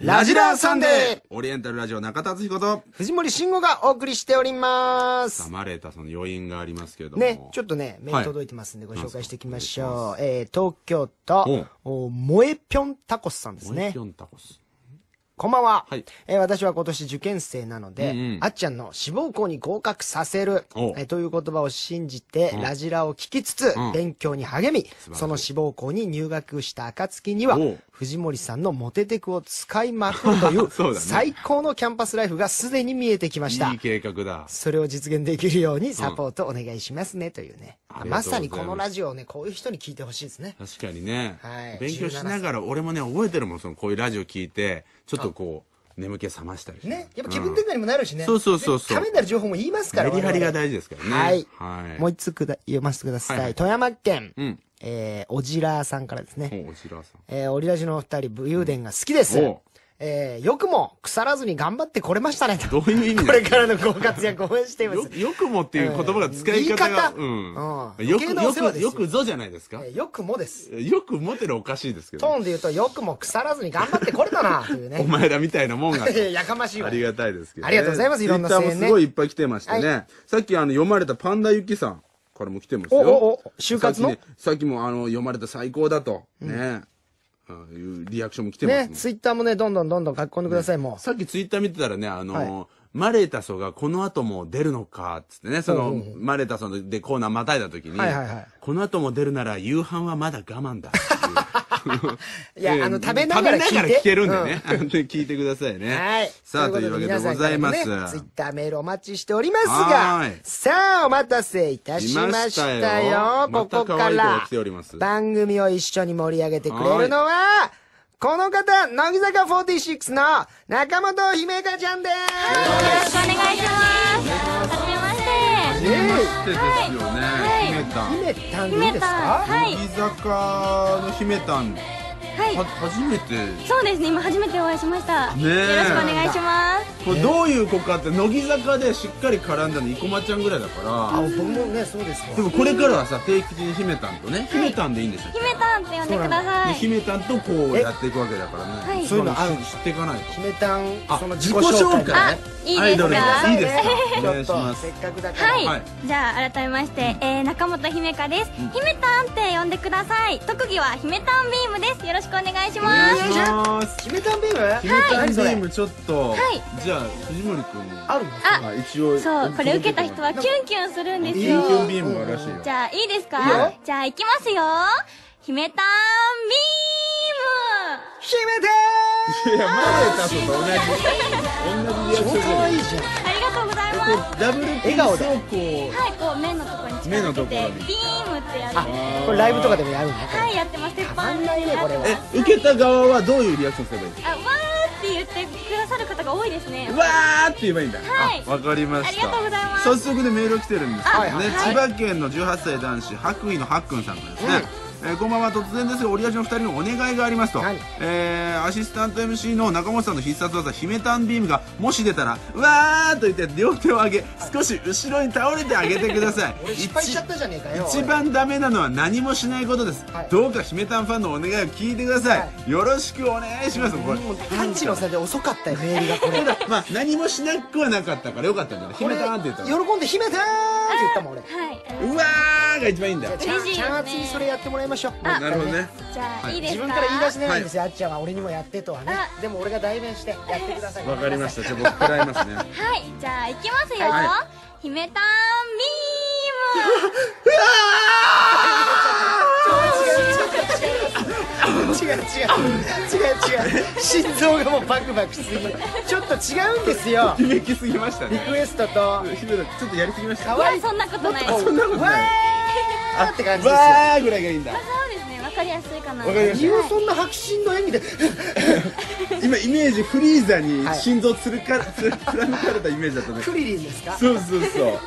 ラジラーサンデーオリエンタルラジオ中田敦彦と藤森慎吾がお送りしております。まれたその余韻がありますけれども。ね、ちょっとね、メーはルい届いてますんでご紹介していきましおょう。えー、東京都、お萌えぴょんタコスさんですもう一ねピ。ョンタコス。こんばんは、はいえー私は今年受験生なので、うんうんあっちゃんの志望校に合格させる、えおーという言葉を信じて、うんラジラを聞きつつ、うん勉強に励み晴らしいその志望校に入学した暁にはお藤森さんのモテテクを使いまくるとい そううだね最高のキャンパスライフがすでに見えてきましたいい計画だ。それを実現できるようにサポートお願いしますね、というねありまがとさうございますにこのラジオをねこういう人に聞いてほしいですね確かにね、はい勉強しながら、俺もね、覚えてるもん、その、こういうラジオ聞いて、ちょっとこう、眠気覚ましたりしてねやっぱ気分転換にもなるしね、そうそうそうそうでためになる情報も言いますからメリハリが我々大事ですからね。はいはい。もう一つくだ読ませてください。はいはい富山県、うんえー、おじらーさんからですね。おおしらさん。えー、オリラジのお二人、武勇伝が好きです。うんおうえー、よくも腐らずに頑張ってこれましたねと。どういう意味こだれよからのご活躍応援しています。よよくもっていう言葉が使い方が、えー言い方ううんん。よ余計なお世話でく、すよよくぞじゃないですかえ。ーよくもです。よくモテるおかしいですけトどーね。ンで言うと、よくも腐らずに頑張ってこれたな、というお ね。前らみたいなもんが。いや やかましいわ。ありがたいですけど、ね。ありがとうございますいろんな声援 Twitter ねもすごいいっぱい来てましてね。はさっきあの読まれたパンダゆきさんからも来てますおよ。おお就活のさっき,、さっきもあの読まれた最高だと。ね。ああいうリアクションも来てますね、もん。ツイッターもね、どんどんどんどん書き込んでください、もう。さっきツイッター見てたらね、あのはマレータソがこの後も出るのか、つってね、その、マレータソでコーナーまたいだ時に、はいはいはいこの後も出るなら夕飯はまだ我慢だって いいうやえーあの食べながら聞いて食べながら聞けるんでね。あのね 聞いてくださいね。はい。さあ、というわけでございます。ツイッターメールお待ちしておりますはがーい、さあ、お待たせいたしましたよ。来ましたこよこかまた可愛い子らが来ております、番組を一緒に盛り上げてくれるのは、この方、乃木坂46の中本姫香ちゃんです。よろしくお願いします。はじめまして。初めましてですよね、はい姫たん。姫たんでいい姫ですたかん、はい、乃木坂の姫たん、ははい。初めて、そうですね、今初めてお会いしました。ねえよろしくお願いします。これどういう子かって、乃木坂でしっかり絡んだの、生駒ちゃんぐらいだあ、か僕もね、そうですら、でわ。もこれからはさ、定期的に姫たんとね、姫たんでいいんでしょ、姫たんって呼んでくださでい。姫たんとこうやっていくわけだからね、はいそういうのある知っていかないと。姫たん、その自己自紹介。己介ねあいアいですかイドルあいいですかおち願ょいっしまと、すせっかくだから。はい、はいじゃあ改めまして、えー、中本姫香です、姫たんって呼んでください特技は姫たんビームですよろしくお願いしおます願いします姫たんビーム姫たん何チそれームちょっと、いじゃあ藤森君あるのああ一応そうこれ受けた人はキュンキュンするんですキュンキュよンビームがあるらしいよじゃあいいですかいいよじゃあ行きますよ姫たんビ姫ームいやマレータソと同じ同じリアたんクショ超ンかわいいじゃん。ありがとうございますこうダブルピ笑顔ーでスをこうはい、こう目のところに近目のづとけころてにビームってやるあ、これライブとかでもやるのはい、やってます。鉄板まんないねこれはやってえます受けた側はどういうリアクションすればいいあ、わーって言ってくださる方が多いですねわーって言えばいいんだ、はいあわかりましたありがとうございます早速ねメールが来てるんですけどね、はい千葉県の18歳男子白衣のはっくんさんからですね、えーこんばんは突然ですがオリラジの2人のお願いがありますと何、えーアシスタント MC の中本さんの必殺技姫タンビームがもし出たら「わー!」と言って両手を上げ少し後ろに倒れてあげてください 俺失敗しちゃったじゃねえかよ。一番ダメなのは何もしないことです、はいどうか姫たんファンのお願いを聞いてください、はよろしくお願いしますこれもうパンチの差で遅かったよ、メールがこれ。ただまあ何もしなくはなかったからよかったんじゃない姫たんって言ったら喜んで姫たんって言ったもん俺。はい、あのうわーが一番いいんだよ嬉しいですねチャンスにそれやってもらいましょう。なるほどねじゃあ、いいです自分かから言い出しないんですよ、あっちゃんは俺にもやってとはね。でも俺が代弁してやってください。わかりましたじゃあ僕食らいますねはい、じゃあ行きますよ、は姫たん違う違う違う違う心臓がもうバクバクしすぎるちょっと違うんですよ決めきすぎましたリねクエストと姫たんちょっとやりすぎまし可たビー愛いムいや、そんなことないですもっあそとそうんなことないあって感じですよわーぐらいがいいんだですね、わかりやすいかなわかりやす理い由そんな迫真の演技で 今イメージフリーザにはい心臓つるかつる貫かれたイメージだったねクリリンですかそうそうそうあ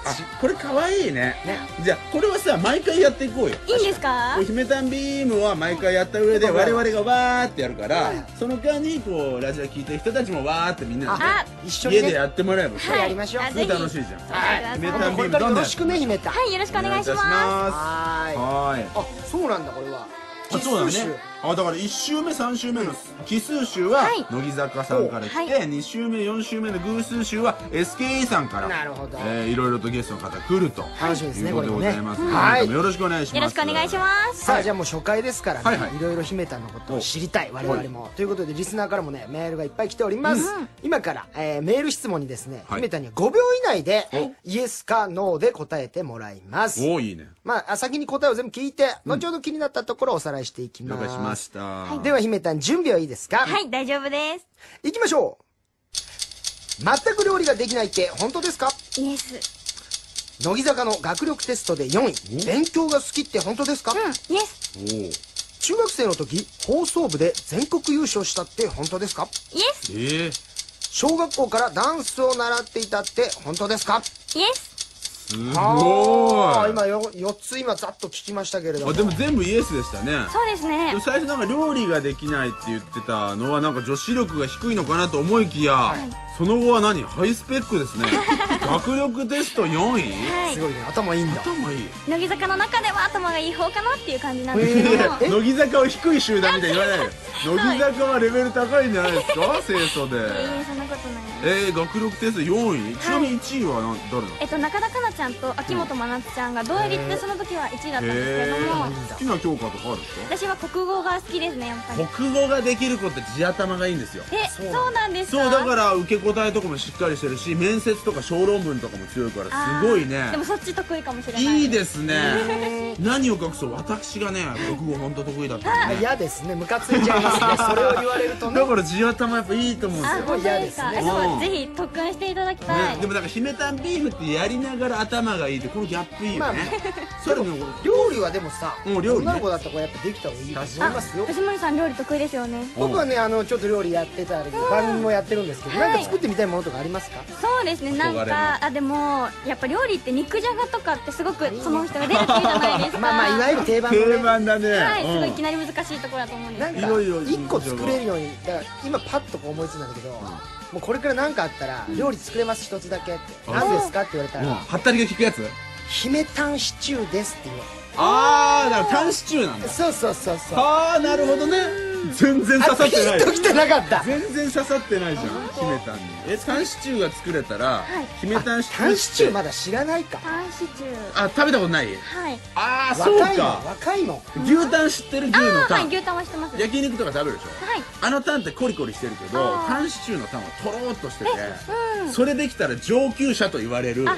これ可愛いねじゃあこれはさ毎回やっていこうよいいんですかこれ姫たんビームは毎回やった上でうん我々がわーってやるからその間にこうラジオ聞いてる人たちもわーってみんなであ一緒に家でねやってもらえばさはいやりましょうあすごいぜひ楽しいじゃんはい姫姫たたんビんこーれムからよどんどんろしくね姫たはい、よろしくお願いしまはすはーいーいあそうなんだこれはあそうだ実ね数集あだから1週目3週目の奇数集ははい乃木坂さんから来て、はい2週目4週目の偶数集は SKE さんからなるほどえーいろいろとゲストの方来ると楽しみですねいうことでこごれもねざいます、はい今回もよろしくお願いしますよろしくお願いしますさあじゃあもう初回ですからね、はいいはいろいろ姫たんのことを知りたい我々も、ということでリスナーからもねメールがいっぱい来ております、今から、えーメール質問にですね、はい姫たんには5秒以内でイエスかノーで答えてもらいますおおいいねまああ先に答えを全部聞いて、後ほど気になったところをおさらいしていき了ま解すしました、では姫たん準備はいいですかはい大丈夫ですいきましょう全く料理ができないって本当ですかイエス乃木坂の学力テストで4位勉強が好きって本当ですか、うんイエスおお中学生の時放送部で全国優勝したって本当ですかイエスええ小学校からダンスを習っていたって本当ですかイエスすごいあー今よ4つ今ざっと聞きましたけれどもあでも全部イエスでしたねそうですでねも最初なんか料理ができないって言ってたのはなんか女子力が低いのかなと思いきや、その後は何ハイスペック ですね学力テスト4位はいすごいね頭いいんだ頭いい乃木坂の中では頭がいい方かなっていう感じなんですけいどやもえ乃木坂を低い集団みたいに言わないよ乃木坂はレベル高いんじゃないですか清楚でいやいやそんなことないですえー、学力テスト4位ちなみに1位は何誰なのえっと中田香菜ちゃんと秋元真夏ちゃんが同入りってその時は1位だったんですけどもー好きな教科とかあるんですか私は国語が好きですねやっぱり国語ができる子って地頭がいいんですよえそうなんですかそうだから受け答えとかもしっかりしてるし面接とか小論文とかも強いからあーすごいねでもそっち得意かもしれないいいです ね何を隠そう私がね国語本当得意だったんでね嫌ですねムカついちゃいます ねそれを言われるとねだから地頭やっぱいいと思うんですあよ本当ですかすごい嫌ですねえそううんぜひ特訓していただきたいね、でもなんか姫たんビーフってやりながら頭がいいってこのギャップいいまあよねねそれも料理はでもさうん料理ね女の子だったらやっぱできた方がいいと思いあますよ藤森さん料理得意ですよね僕はねあのちょっと料理やってたり番組もやってるんですけどはいなんか作ってみたいものとかありますかそうですねな憧んれのかあでもやっぱ料理って肉じゃがとかってすごくその人が出るっていうじゃないですかまあまあいわゆる定番の定ね番だね、はいすごいいきうんなり難しいところだと思うんでなすんけかいどろいろ1個作れるようにだから今パッとこう思いついたんだけどもうこれから何かあったら料理作れます1つだけってうん何ですかって言われたうんらはったりが効くやつ「姫タンシチューです」って言わああだからタンシチューなんれだそうそうそうそうああなるほどね全然刺さっピてなンいときてなかった全然刺さってないじゃん姫たんにえタンシチューが作れたら、い姫たんシチュータンシチューってまだ知らないかタンシチューあ食べたことないはいああそう若いのか若いの牛タン知ってる牛あのータはン、い牛タンはしてますはい焼肉とか食べるでしょあのタンってコリコリしてるけどあータンシチューのタンはとろーっとしてて、うんそれできたら上級者と言われるあ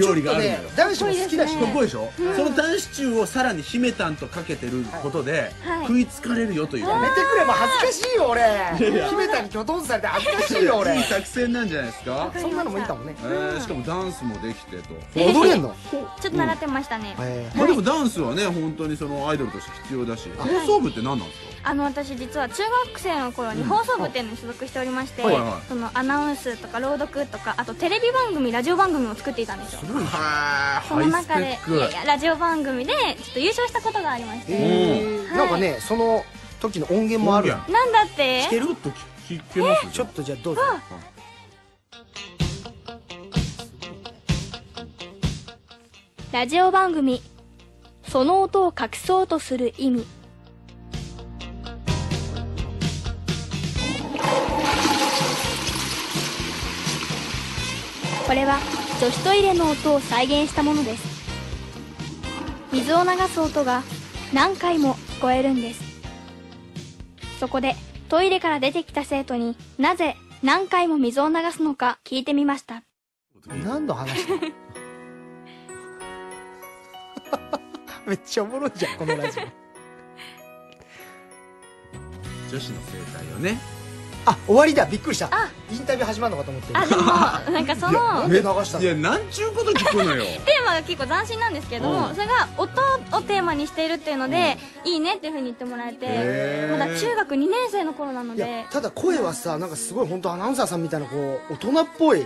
料理があるんだよちょっとね男子も好きだしかっこいいでしょ、そのタンシチューをさらに姫たんとかけてることで、はい食いつかれるよという、やめてくれば恥ずかしいよ俺や姫たんにきょとんとされて恥ずかしいよ俺いい作戦なんじゃないですかそんなのもいいかもねえー、しかもダンスもできてと、踊れんのちょっと習ってましたねえまあ、でもダンスはね本当にそのアイドルとして必要だし放送部って何なんですかあの私実は中学生の頃に放送部っていうのに所属しておりまして、はいはいそのアナウンスとか朗読とかあとテレビ番組ラジオ番組も作っていたんですよすごいはそのい中でいやいやラジオ番組でちょっと優勝したことがありましえてーなんかねその時の音源もある音源なんだって聞けると聞けますちょっとじゃあどうぞラジオ番組その音を隠そうとする意味これは女子トイレの音を再現したものです水を流す音が何回も聞こえるんですそこでトイレから出てきた生徒になぜ何回も水を流すのか聞いてみました何の話だめっちゃおもろいじゃんこのラジオ女子の生態をねあ終わりだびっくりしたインタビュー始まるのかと思ってるあでもなんかそのなんで流したのいやなんちゅうこと聞くのよテーマが結構斬新なんですけども、うんそれが音をテーマにしているっていうので、いいねっていうふうに言ってもらえてへーまだ中学2年生の頃なのいでやただ声はさなんかすごい本当アナウンサーさんみたいなこう大人っぽい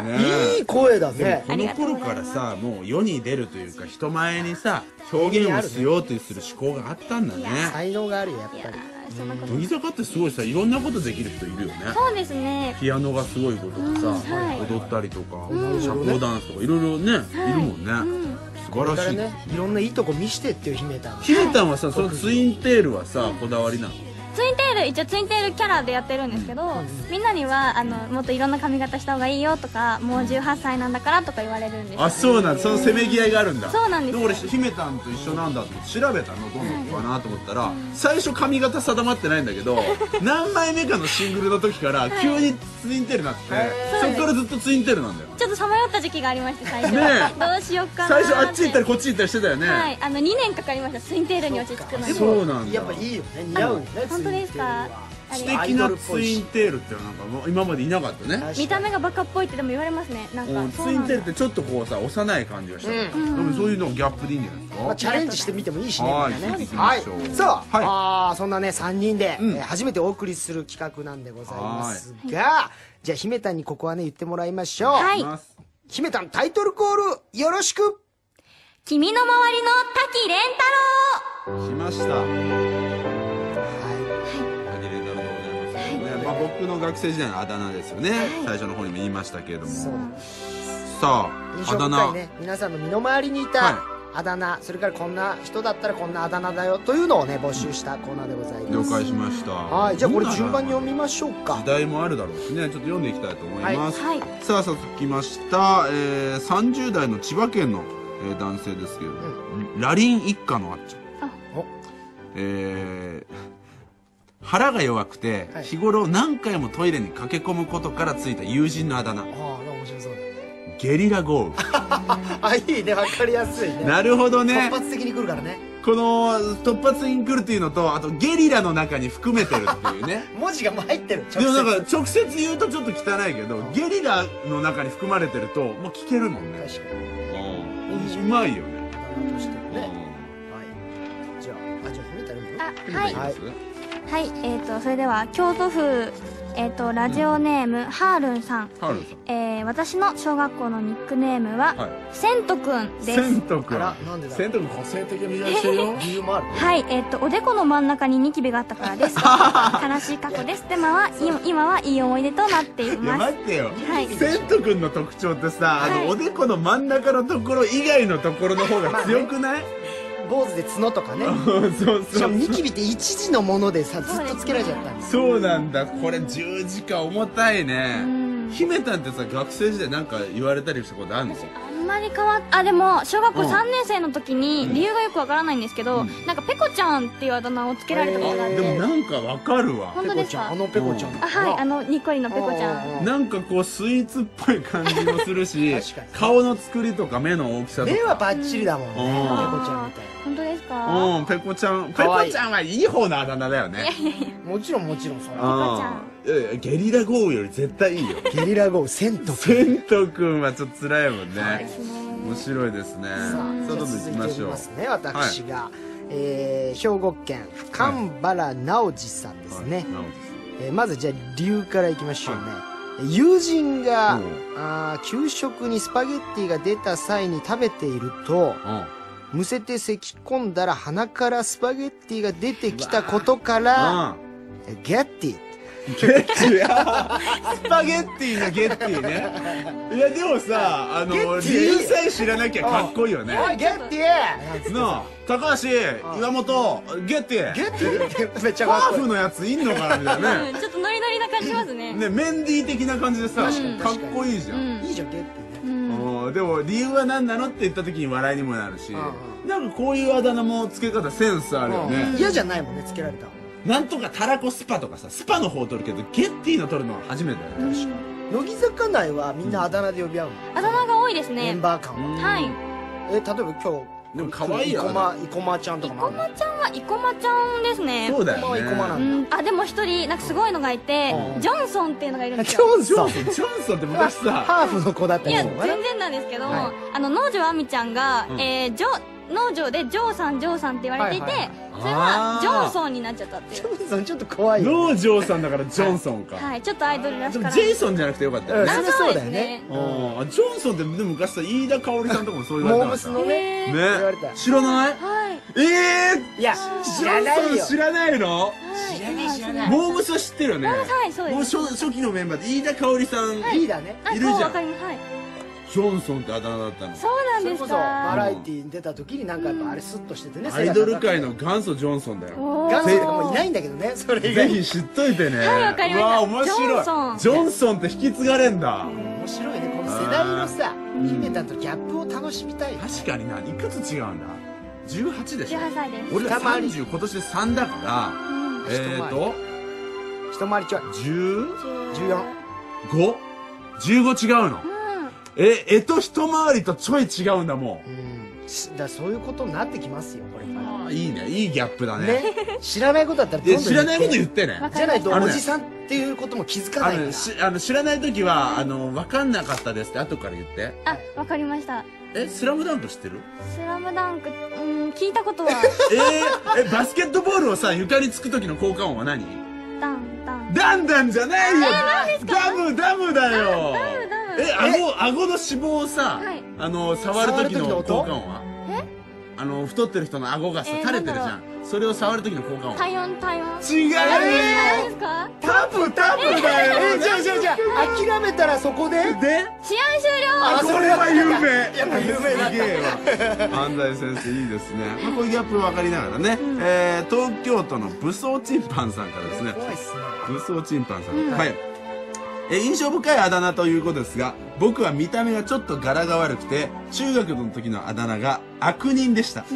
そうだねいい声だでもねこの頃からさもう世に出るというか人前にさ表現をしようとする思考があったんだね才能があるよやっいぱやりーそんなこと乃木坂ってすごいさいろんなことできる人いるよねそうですねピアノがすごいこととかさ、うんはい踊ったりとか、社交ダンスとかいろいろね、いるもんね、す晴らだからしいねいろんないいとこ見してっていう姫たんひめたんはさそのツインテールはさこだわりなのツインテール一応ツインテールキャラでやってるんですけど、みんなにはあのもっといろんな髪型した方がいいよとかもう18歳なんだからとか言われるんですあそうなんそのせめぎ合いがあるんだそうなんですよも俺ひめたんと一緒なんだと思って調べたのどんな子かなと思ったら最初髪型定まってないんだけ ど何枚目かのシングルの時から急にツインテールになっててそっからずっとツインテールなんだよちょっとさまよった時期がありまして最初、ねえどうしよっかな最初あっち行ったりりこっち行ったりしてたよね、はいあの2年かかりましたツインテールに落ち着くのにそうなんだやっぱいいよね似合うよね本当ですかあ素り敵なツインテールってなんかもう今までいなかったね見た目ががバカっぽいってでも言われますねなんうんかツそうイなンんテーだルってちょっとこうさ幼い感じがしたから、んでもそういうのもギャップでいいんじゃないですか、まあ、チャレンジしてみてもいいしねはいみんなねぜひ行きましょうさあ,、はいあーそんなね3人で、うんえー初めてお送りする企画なんでございますがじゃあ姫たんにここはね言ってもらいましょう、はいいます姫たんタイトルコールよろしく君の周りの滝蓮し太ましたはカジレータルでございますけどね、まあ、僕の学生時代のあだ名ですよね、最初の方にも言いましたけれどもいそうさ印ああ象だ深名、いね皆さんの身の回りにいはいたあだ名、それからこんな人だったらこんなあだ名だよというのをね募集したコーナーでございま了す解しましたはいじゃあこれ順番に読みみましょうか時代もあるだろうしねちょっと読んでいきたいと思います、はいはさあ早速来ました、えー、30代の千葉県の、えー男性ですけれども、ラリン一家のあっちゃんおえー腹が弱くてはい日頃何回もトイレに駆け込むことからついた友人のあだ名ああなんか面白そうだねゲリラ豪あいいねわかりやすいね雨なるほど突ね発的に来るからねこの突発に来るっていうのとあとゲリラの中に含めてるってい うね文字がもう入ってるでもなんか直接言うとちょっと汚いけどゲリラの中に含まれてるともう聞けるもんね確かにうんうまいよねとしてもねうはいじゃああじゃあ褒めたらいいの郎あはいんいいですはいえー、とそれでは京都府、えー、とラジオネーム、ハールンさんハルさんえー、私の小学校のニックネームは、はいせんとくんでセンす。トあ君らなんでだセント君個性的にいらっしゃるよ理由もあるはい、えーっと、おでこの真ん中にニキビがあったから です。悲しい過去です。でもは、い今はいい思い出となっていいやます待。ってよ、はいセント君の特徴ってさ、あはいのおでこの真ん中のところ以外のところの方が強くない、坊主で角とかねそうしそかうもニキビって一時のものでさずっとつけられちゃったんですそうなんだこれ十字架重たいねうん姫たんってさ学生時代なんか言われたりしたことあるんですよあんまり変わっあでも小学校うん3年生の時に理由がよくわからないんですけど、なんかペコちゃんっていうあだ名をつけられたことがあっへて、ーでもなんかわかるわ本当ペコでちすゃんかあのペコちゃんうんあはいあのニッコリのペコちゃんんなんかこうスイーツっぽい感じもするし 確かに顔の作りとか目の大きさとか目はバッチリだもんねペコうんちゃんみたい本当ですか、うんペコちゃんペかわコいいちゃんはいい方のあだ名だよねなもちろんもちろんそれうんコちゃんいやいやゲリラ豪雨より絶対 いいよゲリラ豪雨銭湯セント君はちょっと辛いもんね、はい面白いですねさあどんどん行きましょうますね私が、えー兵庫県神原直司さんですね、はい直えーまずじゃあ理由からいきましょうね、友人がうんあー給食にスパゲッティが出た際に食べているとむせて咳き込んだら鼻からスパゲッティが出てきたことから樹ゲッティうんゲッティやスパゲッティのゲッティ ねいやでもさあのゲッティ理由さえ知らなきゃかっこいいよねおいゲッティなんつってなあ高橋岩本ゲッティゲッティめっちゃハかっーこいフいのやついんのかなみたいなうんねちょっとノリノリな感じしますねねメンディー的な感じでさ確かにかっ確かにこいいじゃうんんいいじゃんゲッティねうんうんでも理由は何なのって言った時に笑いにもなるしうんなんかこういうあだ名も付け方センスあるようんね嫌じゃないもんねつけられたのなんとかたらこスパとかさスパの方取るけどゲッティの取るのは初めてだよね乃木坂内はみんなあだ名で呼び合うの、あだ名が多いですメねンバー間は、はいえ例えば今日でも可愛生いよ駒生駒ちゃんと生かもあるの駒ちゃんは生駒ちゃんですねそうだよね生駒は生駒なうのん、あでも一人なんかすごいのがいてうんジョンソンっていうのがいるんですジ よョンジョソンンソンジョンソンって昔さハーフの子だったいりやするのかな全然なんですけど、はいあの農場あみちゃんが、うんえー、ジョ農場でジョーさんジョーさんって言われていはて、いはいはいそれはあージョンソンになっちゃったっていジうョンソンちょっと怖いよ農場さんだからジョンソンかはいちょっとアイドルらしでもからジェイソンじゃなくてよかったようねんあそうですねうんあジョンソンってでも昔さ飯田香織さんとかもそう言わモれてーまムしスたのねねね言われた知らないはいええいやー知ジらなョいンよソン知らないのはい知らない知らないモームスは知ってるよねはいそうですもう初初期のメンバーで飯田香織さんいいだねあいるじゃんわかりますはいジョンソンってあだ名だったのそうなんそでれすこそバかラエティーに出た時になんかやっぱあれスッとしててねアイドル界の元祖ジョンソンだよおー元祖とかもういないんだけどねそれ以ぜ外にひ知っといてねはいわかりましたうわ面白いジョンソンジョンソンって引き継がれんだ面白いねこの世代のさ姫たんとギャップを楽しみたい確かにないくつ違うんだ18でしょ18歳です俺ら二回り30今年で3だからうんえーと一回りちょい 15?15 14違うのええと一回りとちょい違うんだもうんしだからそういうことになってきますよこれかんらああいいねいいギャップだねね知らないことだったらどんでどん知らないこと言言っっててねわかじゃないとあのおねじさんっていうことも気づかあないかのらしあの知らない時はあの分かんなかったですって後から言ってあわかりましたえスラムダンク知ってる「スラムダンクうん聞いたことはえー、えバスケットボールをさ床につく時の効果音は何ダンダンダンダンじゃないよ、ダムダムだよダムダムえ顎顎の脂肪をさ、はいあの触る時の触る時の効音果音はあの太ってる人の顎がさえー垂れてるじゃなんんそれを触る時の効果音は体温体違う温何ですよかタプタプだえよじゃあじゃあじゃあ諦めたらそこでで試合終了あこれは有名やっぱ有名だすげえわ安西先生いいですね、まあ、こういうギャップ分かりながらね、えー東京都の武装チンパンさんからですね怖いっすね武装チンパンさん、はいえー印象深いあだ名ということですが僕は見た目がちょっと柄が悪くて中学の時のあだ名が悪人でした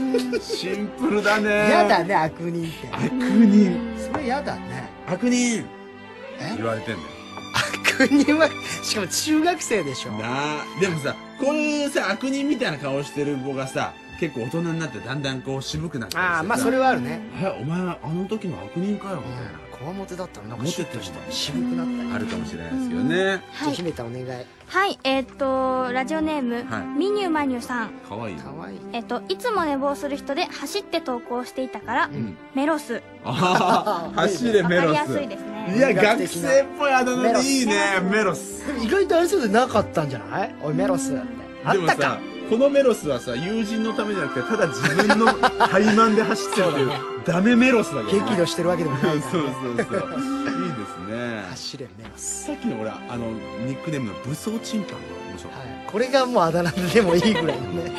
シンプルだねやだね悪人って悪人それやだね悪人え言われてんだよ悪人はしかも中学生でしょなあでもさこういうさ悪人みたいな顔してる子がさ結構大人になってだんだんこう渋くなってきてああさまあそれはあるねえお前はあの時の悪人かよみたいな、こわもてだったらなんかモテシュてッると人して渋くなったりあるかもしれないですけどね、じゃあ姫たんお願いはいえーっとラジオネーム、はいミニューマニュさん可愛かわいいかわいいえっと、いつも寝坊する人で走って投稿していたから、んメロス。ああ走れわメかりロやスすいですね。いや学生っぽいあだ名でいいねメロスでも意外とあれそうでなかったんじゃないおいメロスってあでっもたさかこのメロスはさ友人のためじゃなくてただ自分の怠慢で走ってるっていうダメメロスだけど激怒してるわけでもな そいうかそうらそうそういいですね走れメロスさっきの俺あのニックネームの武装チンパンが面白いはい、これがもうあだ名でもいいぐらいのね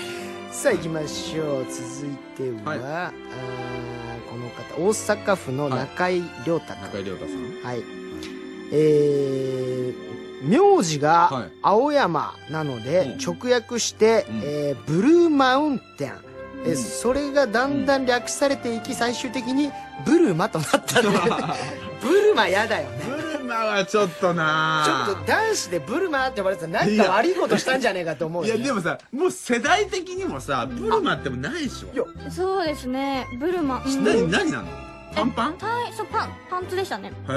さあ行きましょう続いては、はいあーこの方大阪府の中井亮太中君井亮太さんはい、えー、名字はがい青山なので、うん直訳して、うんえーブルーマウンテンえーうんそれがだんだん略されていき最終的にブルマとなった のでブルマやだよねブルマはちょっとなちょっと男子でブルマって呼ばれてたらなんか悪いことしたんじゃねえかと思う いよ、やね、でもさもう世代的にもさブルマってもないでしょいやそうですね。ブルマ。うん何何なのパンパンへはい、そう、パン、パンツでしたね。え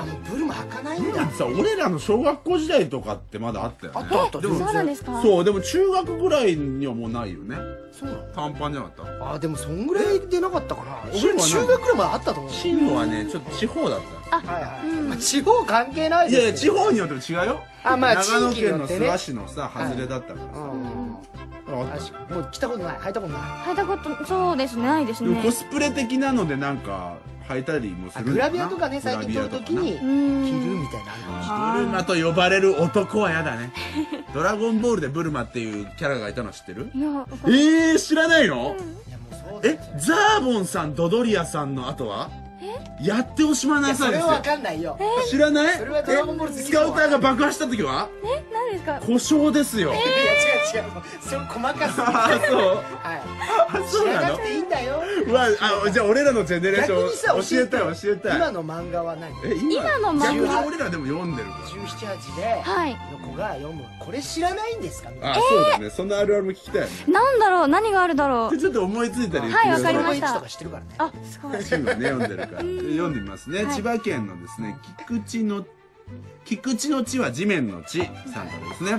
あもうブルマ履かないんだだってさ俺らの小学校時代とかってまだあったよねあったあったでうもんそうなんですかそうでも中学ぐらいにはもうないよねそうなの短パンじゃなかったあでもそんぐらいでなかったかなえ俺中学ぐらいまであったと思う進路はねちょっと地方だったはいはい、うんまあ、地方関係ないいやいでやす地よ方によっても違うよあまあ長野地域県によのってね諏訪市のさ外れだったからうさんあった私もう来たことない履いたことない履いたこと、そうですね、ないですでもねコ。スプレ的なのでなんか履いたりもすあるグのラなビアとかね最近撮るときにう着るん。みたいなのあるかもしブルマと呼ばれる男はや だねドラゴンボールでブルマっていうキャラがいたの知ってるいや、わかんえー、知らないれないの、いやもうそうだえよザーボンさんドドリアさんの後はやっておしまいいなやさそいでれすはよわかんないよ知らないそれはドラゴンボール好きスカウターが爆破した時はえ、何ですか故障ですいよ、や違う違うもうそれ細かすぎるあそうはあいそ知うらななのくていいんだようわあじゃあ俺らのジェネレーシ逆にさョン教えたい教えたい今の漫画は何え今今の漫画逆に俺らでも読んでるから178ではいの子が読むこれ知らないんですかみたいなあ、そうだねそんなあるあるも聞きたいよねなんだろう何があるだろでうちょっと思いついたら言ってはいくだわさそかりのま子し一たとか知ってるからねあ、すごい。今ね読んでるから読んでみますね、はい千葉県のですね菊池の菊池の地は地面の地さんからですね、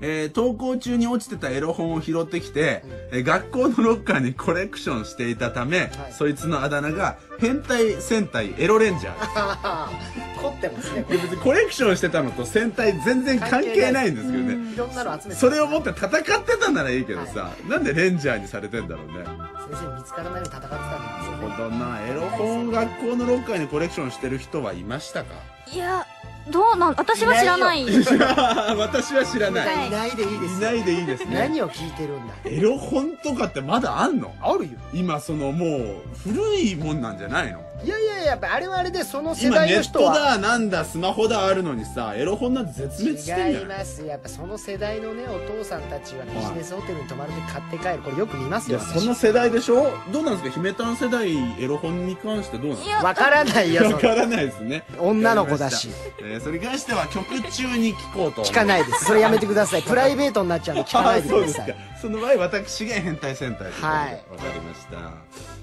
えー登校中に落ちてたエロ本を拾ってきて、えー学校のロッカーにコレクションしていたため、はいそいつのあだ名が変態戦隊エロレンジャーあー凝ってますねこで別にコレクションしてたのと戦隊全然関係ないんですけどれねいろんなの集めてそれを持って戦ってたならいいけどさ、なんでレンジャーにされてんだろうね先生見つからないように戦ってたんじゃないですかなるほどなエロ本を学校のロッカーにコレクションしてる人はいましたかいや、どうなん私は知らない私は知らないはいいないでいいですいないでいいですね何を聞いてるんだエロ本とかってまだあんのあるよ今そのもう古いもんなんじゃないのいやいやいややっぱあれはあれでその世今代ネのッ人トはだなんだスマホだあるのにさエロ本なんて絶滅してん違じゃいないますやっぱその世代のねお父さんたちはビジネスホテルに泊まると買って帰るこれよく見ますいよやその世代でしょどうなんですか姫たん世代エロ本に関してどうなんですいかやわからないよわそのからないですね女の子だし、えーそれに関しては曲中に聞こうと聞かない いですそれやめてくださいプライベートになっちゃうんで聞かないでそうくでだすさかいその場合私が変態戦隊ということでわ、はいかりました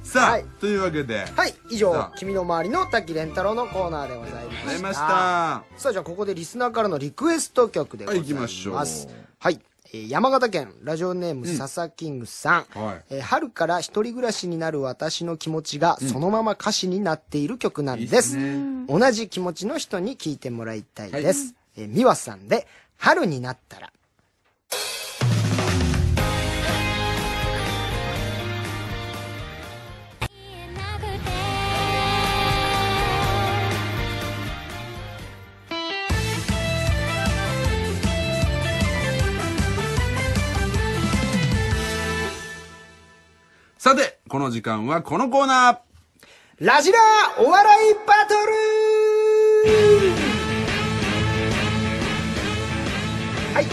さあ、はいというわけで、はい以上「君の周りの滝蓮太郎」のコーナーでございありがとうございままししたたさあじゃあここでリスナーからのリクエスト曲でございます。はい行きましょうはい。えー山形県ラジオネーム笹キングさん。はいえー春から一人暮らしになる私の気持ちがそのまま歌詞になっている曲なんです。いいっす同じ気持ちの人に聞いてもらいたいです。えー美和さんで春になったら。さてこの時間はこのコーナーラジラーお笑いバトルはい。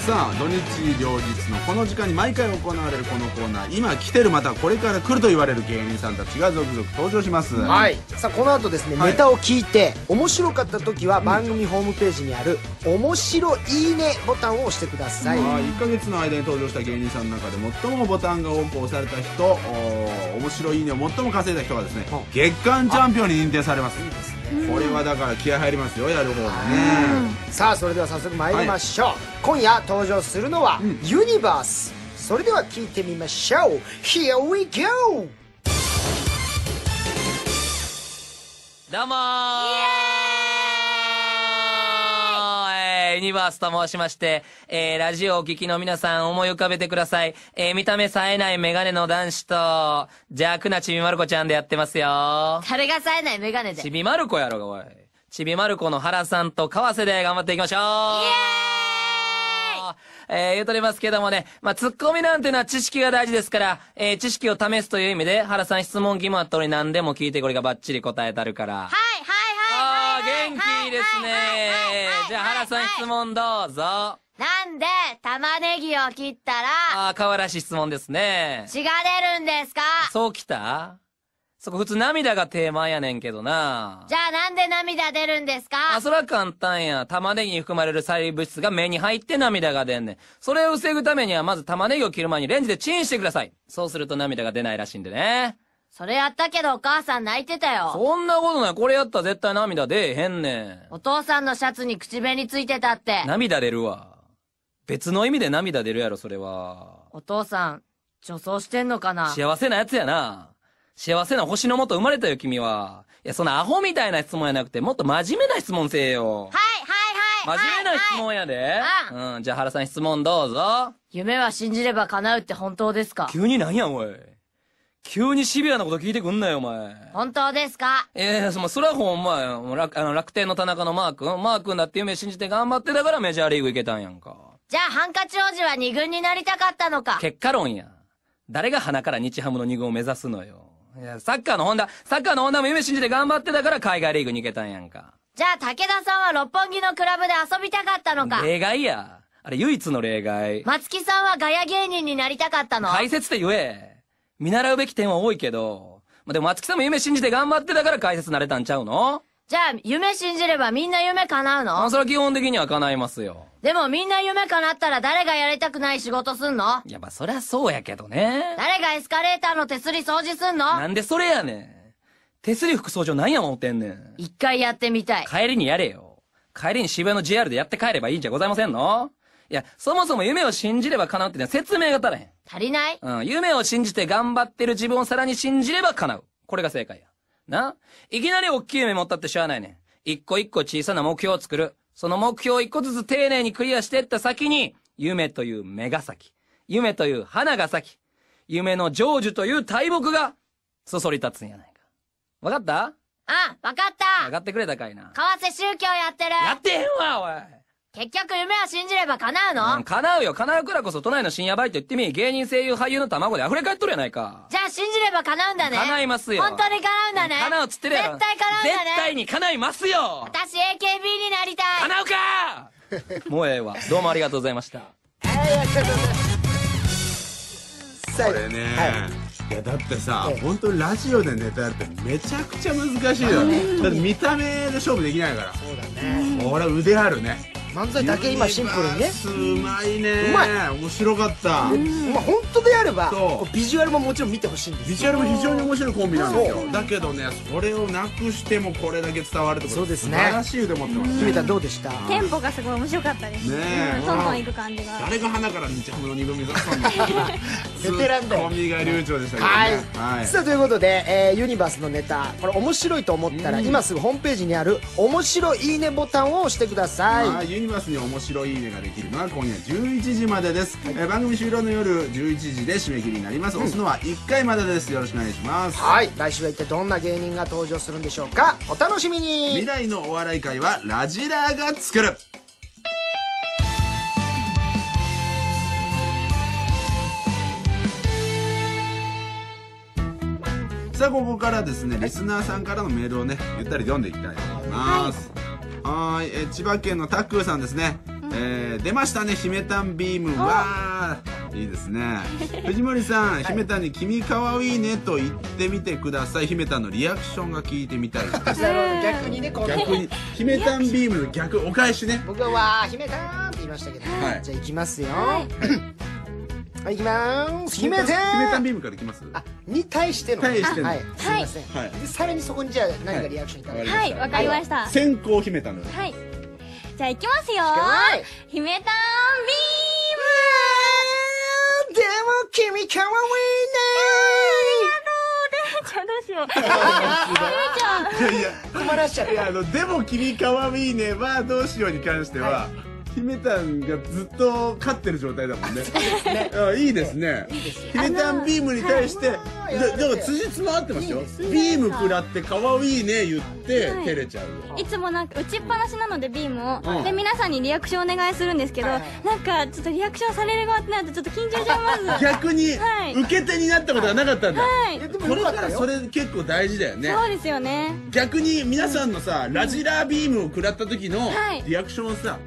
さあ土日両日のこの時間に毎回行われるこのコーナー今来てるまたはこれから来ると言われる芸人さんたちが続々登場しますはい、さあこの後ですね、はいネタを聞いて面白かった時は番組ホームページにある「面白いいね」ボタンを押してください、はい、1ヶ月の間に登場した芸人さんの中で最もボタンが多く押された人おー面白いねを最も稼いだ人がですねはあ月間チャンピオンに認定されますすこれはだから気合入りますよやる方もねさあそれでは早速参りましょう、今夜登場するのは、ユニバースそれでは聞いてみましょう Here we go! どうもーえーユニバースと申しまして、えー、ラジオをお聞きの皆さん思い浮かべてください。えー、見た目冴えないメガネの男子と、邪悪なちびまる子ちゃんでやってますよ。誰が冴えないメガネで。ちびまる子やろが、おい。ちびまる子の原さんと川瀬で頑張っていきましょうえー、言うとりますけどもね、まあ、ツッコミなんてのは知識が大事ですから、えー、知識を試すという意味で、原さん質問疑問あったのに何でも聞いてこれがバッチリ答えたるから。はいはああいはいはー、い。元気いいですねはいはいはいはい。じゃあ、原さん質。問どうぞ。あなんで、玉ねぎを切ったら、あー、可愛らしい質問ですね。血が出るんですかそうきたそこ普通涙がテーマやねんけどなじ。ゃあなんで涙出るんですあ、かそれは簡単や。玉ねぎに含まれる細粒物質が目に入って涙が出んねん。それを防ぐためには、まず玉ねぎを切る前にレンジでチンしてください。そうすると涙が出ないらしいんでね。それやったけどお母さん泣いてたよ。そんなことない。これやったら絶対涙出えへんねん。お父さんのシャツに口紅ついてたって。涙出るわ。別の意味で涙出るやろ、それは。お父さん、女装してんのかな幸せなやつやな。幸せな星のもと生まれたよ、君は。いや、そのアホみたいな質問やなくて、もっと真面目な質問せえよ。はいはいはい。真面目な質はいはい問やで。ううん、じゃあ原さん質問どうぞ。夢は信じれば叶うって本当ですか急になんや、おい。急にシビアなこと聞いてくんなよ、お前。本当ですかええそそれはほんまや。もう楽あの楽天の田中のマー君。マー君だって夢信じて頑張ってたからメジャーリーグ行けたんやんか。じゃあハンカチ王子は二軍になりたかったのか結果論や。誰が鼻から日ハムの2軍を目指すのよ。いや、サッカーのホンダ、サッカーのホンダも夢信じて頑張ってたから海外リーグに行けたんやんか。じゃあ、武田さんは六本木のクラブで遊びたかったのか例外や。あれ唯一の例外。松木さんはガヤ芸人になりたかったの解説で言え。見習うべき点は多いけど。まあ、でも松木さんも夢信じて頑張ってたから解説なれたんちゃうのじゃあ、夢信じればみんな夢叶うあのそれは基本的には叶いますよ。でもみんな夢叶ったら誰がやりたくない仕事すんのいや、まあ、そりゃそうやけどね。誰がエスカレーターの手すり掃除すんのなんでそれやねん。手すり副総長なんや思ってんねん。一回やってみたい。帰りにやれよ。帰りに渋谷の JR でやって帰ればいいんじゃございませんのいや、そもそも夢を信じれば叶うってのは説明が足らへん。足りないうん、夢を信じて頑張ってる自分をさらに信じれば叶う。これが正解や。な。いきなり大きい夢持ったってしゃあないねん。一個一個小さな目標を作る。その目標を一個ずつ丁寧にクリアしていった先に、夢という目が咲き、夢という花が咲き、夢の成就という大木が、そそり立つんやないか。わかったあ、わかっ上たがってくれたかいな。為替宗教やってるやってへんわ、結局夢を信じれば叶うのおい。うん、叶うよ、叶うからこそ都内の深夜バイト行ってみ、芸人声優俳優の卵で溢れ返っとるやないか。じゃあ信じれば叶うんだね叶いますよ本当に叶うんだね叶うっつってるやろ。絶対叶うんだね絶対に叶いますよ私 AKB になりたい叶うか もうええわ。どうもありがとうございました。最これね、、はいやだってさ、ええ本当にラジオでネタやるってめちゃくちゃ難しいよねだって見た目で勝負できないからそうだねこれ腕あるね漫才だけ今シンプルにねすうまいねうま面白かったまあ本当であればそうこうビジュアルももちろん見てほしいんですビよジュアルも非常に面白いコンビなんですそよだけどねそれをなくしてもこれだけ伝わるってことそうですね素晴らしい腕持ってます姫田ねどうでしたテンポがすごい面白かったです。ねえうん、どんどん行く感じが。誰が花から日ハムの二度目指したんだ ベテランだよツッコミが流暢でしたけどねはい、はいさあということで、えーユニバースのネタこれ面白いと思ったら、今すぐホームページにある「面白いいね」ボタンを押してください、まあ、ユニバースに面白いいねができるのは今夜11時までです、えー番組終了の夜11時で締め切りになります、押すのは1回までですよろしくお願いします、はい来週は一体どんな芸人が登場するんでしょうかお楽しみ未に来のお笑い界はラジラーが作るさあここからですねリスナーさんからのメールをねゆったり読んでいきたいと思いますはーいえー千葉県のタックーさんですね、えー出ましたね姫たんビームわーいいですね 藤森さん姫たんに「君かわいいね」と言ってみてください姫たんのリアクションが聞いてみたいです逆にねこう逆に姫たんビームの逆お返しね僕はわー姫たーんって言いましたけど、はいじゃあ行きますよはい、い、きまーす姫た姫たーんんビームからいきますあに対しての対してのはいすいません、はいでさらにそこにじゃあ何がリアクションいただけますか、はい、わかりました。先行姫たんですはい。じゃあ行きますよかない姫たんビームでも君かわちゃんどうしよう。ゆいちゃん。いやいいいやね困らしちゃっいやたあの「でも君かわいいね」はどうしように関しては、姫たんがずっと勝ってる状態だもんねあいいですね姫たんビームに対してだいだから辻褄合ってますよビーム食らってかわいいね言って照れちゃうよ いつもなんか打ちっぱなしなのでビームを、うんで皆さんにリアクションお願いするんですけど、はいはいなんかちょっとリアクションされる側ってなるとちょっと緊張しちゃ います逆にはい受け手になったことがなかったんだ、はいいやでもこれよかかったらよそれ結構大事だよねそうですよね逆に皆さんのさ、ラジラービームを食らった時のはいリアクションをさ、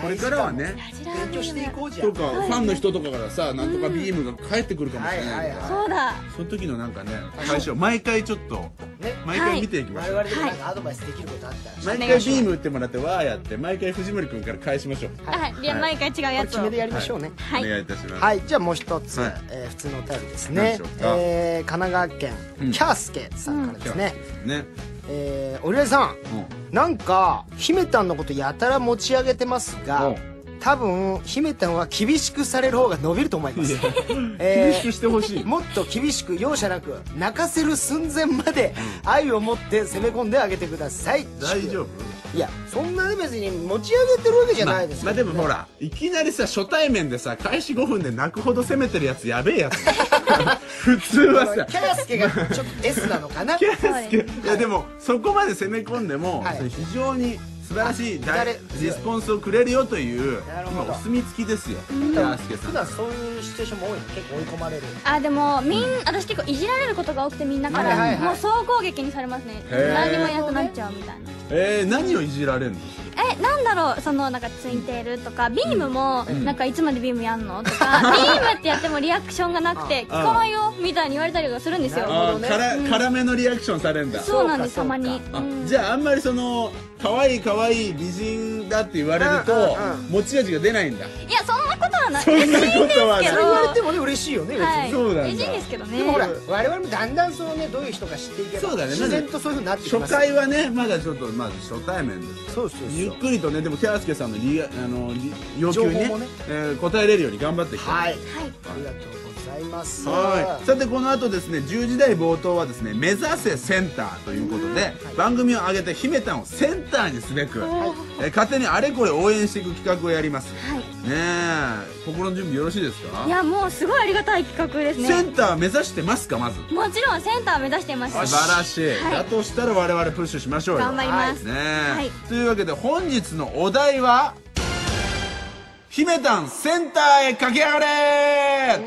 これからはねラジラー勉ビ強しーていムこうじゃんとか、ファンの人とかからさなんとかビームが返ってくるかもしれない、はいはいはいそうだその時のなんかね最初毎回ちょっとね毎回見ていきま我しょう、々でもなんかアドバイスできることあったら毎お願回いしまビーム打ってもらってわーやって毎回藤森君から返しましょう、はい、で毎回違うこれやつ決をめでやりましょうねはいお願いいたします、はい、じゃあもう一つ、はいえー普通のお便りです何でねしょう、かえー、神奈川県、うんキャースケさんからですね、ね、えー、おりゃいさんなんか姫たんのことやたら持ち上げてますうがん多分姫たんは厳しくされる方が伸びると思います、えー厳しくしてほしい、もっと厳しく容赦なく泣かせる寸前まで愛を持って攻め込んであげてください大丈夫いやそんなに別に持ち上げてるわけじゃまなあいですまあでもほらいきなりさ初対面でさ開始5分で泣くほど攻めてるやつやべえ やつ普通はさキャラスケがちょっと S なのかなキャラスケいやでもそこまで攻め込んでも、はいそれ非常に素晴らしいあ大誰リスポンスをくれるよというなるほ今どお墨付きですよキャラスケさ普ん段そういうシチュエーションも多いの結構追い込まれるあでもみん、私結構いじられることが多くてみんなから、はいはいはいもう総攻撃にされますねへー何にもいなくなっちゃうみたいなえー、何をいじられるのえなんだろうそのなんかツインテールとかビームも、なんかいつまでビームやんのと かビームってやってもリアクションがなくて聞かないよみたいに言われたりとかするんですよなるあほどーねから辛めのリアクションされるんだそうなんですそたうかまにあじゃああんまりその可愛い可愛い美人だって言われるとうんうんうん持ち味が出ないんだいやそんなことはないそんなことは嬉しいんそですれ言われてもね嬉しいよねけ別どに、はいそうなんだ嬉しいんですけどねでもほら我々もだんだんそのねどういう人か知っていけばそうだね自然とそういうふうになってきま初すよ回はねまだちょっとまず初対面ですそうそうゆっそうくりとねでもキャラスケさんのリアあのリ要求に情報ねもねえー答えれるように頑張ってきて、はい、はいありがとうございますざいます。はい、さてこの後ですね10時台冒頭はですね「目指せセンター」ということで番組を上げて姫たんをセンターにすべく、えー勝手にあれこれ応援していく企画をやります、ねえ心の準備よろしいですかいやもうすごいありがたい企画ですセねンター目指してますかまずもちろんセンター目指してます素晴らしい、だとしたら我々プッシュしましょうよ頑張りますねえ、はいというわけで本日のお題は「姫たんセンターへ駆け上がれ!」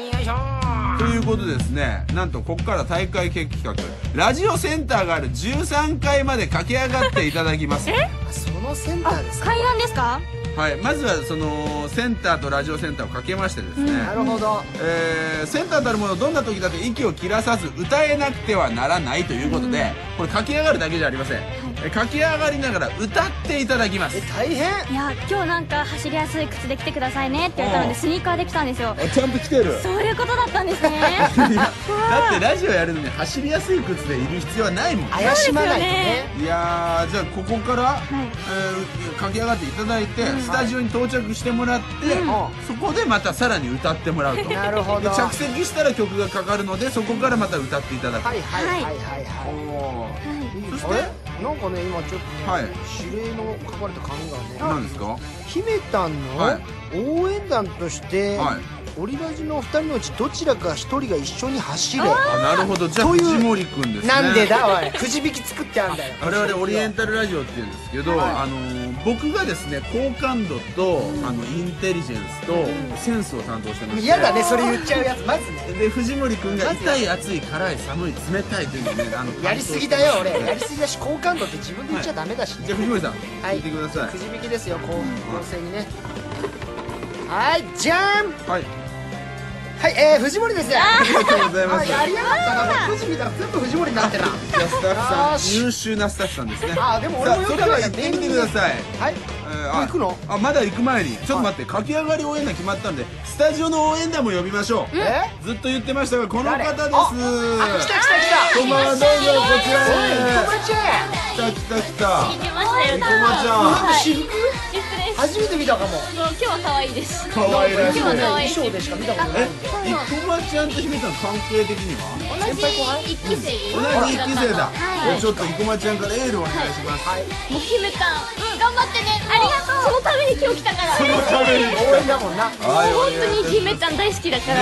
ということでですねなんとここから大会企画ラジオセンターがある13階まで駆け上がっていただきますあそのセンターですか。海岸ですかはいまずはそのセンターとラジオセンターをかけましてですね、なるほど。えーセンターたるものどんな時だって息を切らさず歌えなくてはならないということで、これ駆け上がるだけじゃありません、え駆け上がりながら歌っていただきますえ、大変いや今日なんか走りやすい靴で来てくださいねって言われたのでスニーカーで来たんですよちゃんと来てるそういうことだったんで すねだってラジオやるのに走りやすい靴でいる必要はないもん怪しまないとね。いやーじゃあここから、えー駆け上がっていただいて、スタジオに到着してもらって、そこでまたさらに歌ってもらうとなるほでど。着席したら曲がかかるのでそこからまた歌っていただく、はいはいはいはいはおーい。そしてあれなんかね、今ちょっはいとね、指令の書かれた紙がね、何ですか姫たんのはい応援団として、はいオリラジの二人のうちどちらか一人が一緒に走れあなるほどじゃあそういう藤森くんですねなんでだおいくじ引き作ってあんだよ我々オリエンタルラジオっていうんですけど、あのー僕がですね好感度と、あのインテリジェンスと、センスを担当してまして嫌だねそれ言っちゃうやつまずねで藤森くんが痛い熱い辛い寒い冷たいというのをねあのやりすぎだよ俺やりすぎだし好感度って自分で言っちゃダメだしじねゃあ藤森さん、はい聞いてくださくじ引きですよこう公正にねはいじゃんいはいはいえー、藤森 ですありがとうございますあやりやがったなくじ見たら全部藤森になってなじゃあスタよッフさしん優秀なスタッフさんですねあでも俺もよさくあそれで考はえた行らってみてくださいはいえーあもう行くのあまだ行く前にちょっと待って、駆け上がり応援団決まったんでスタジオの応援団も呼びましょう、えずっと言ってましたがこの方誰ですああ来た来た来たこんばんはどうぞこちらおへい友達来た来た来た来ましたよ生駒ちゃ私服私服です初めて見たかも今日は可愛いですん可愛らしい今日の衣装でしか見たことないえ生駒ちゃんと姫さん関係的には先輩後輩一期生同じ一期生だ、じゃあちょっと生駒ちゃんからエールをお願いします、もう姫たん頑張ってねありがとうそのために今日来たからそのために応援だもんなはい本お願いし当まにす姫ちゃん大好きだから、ね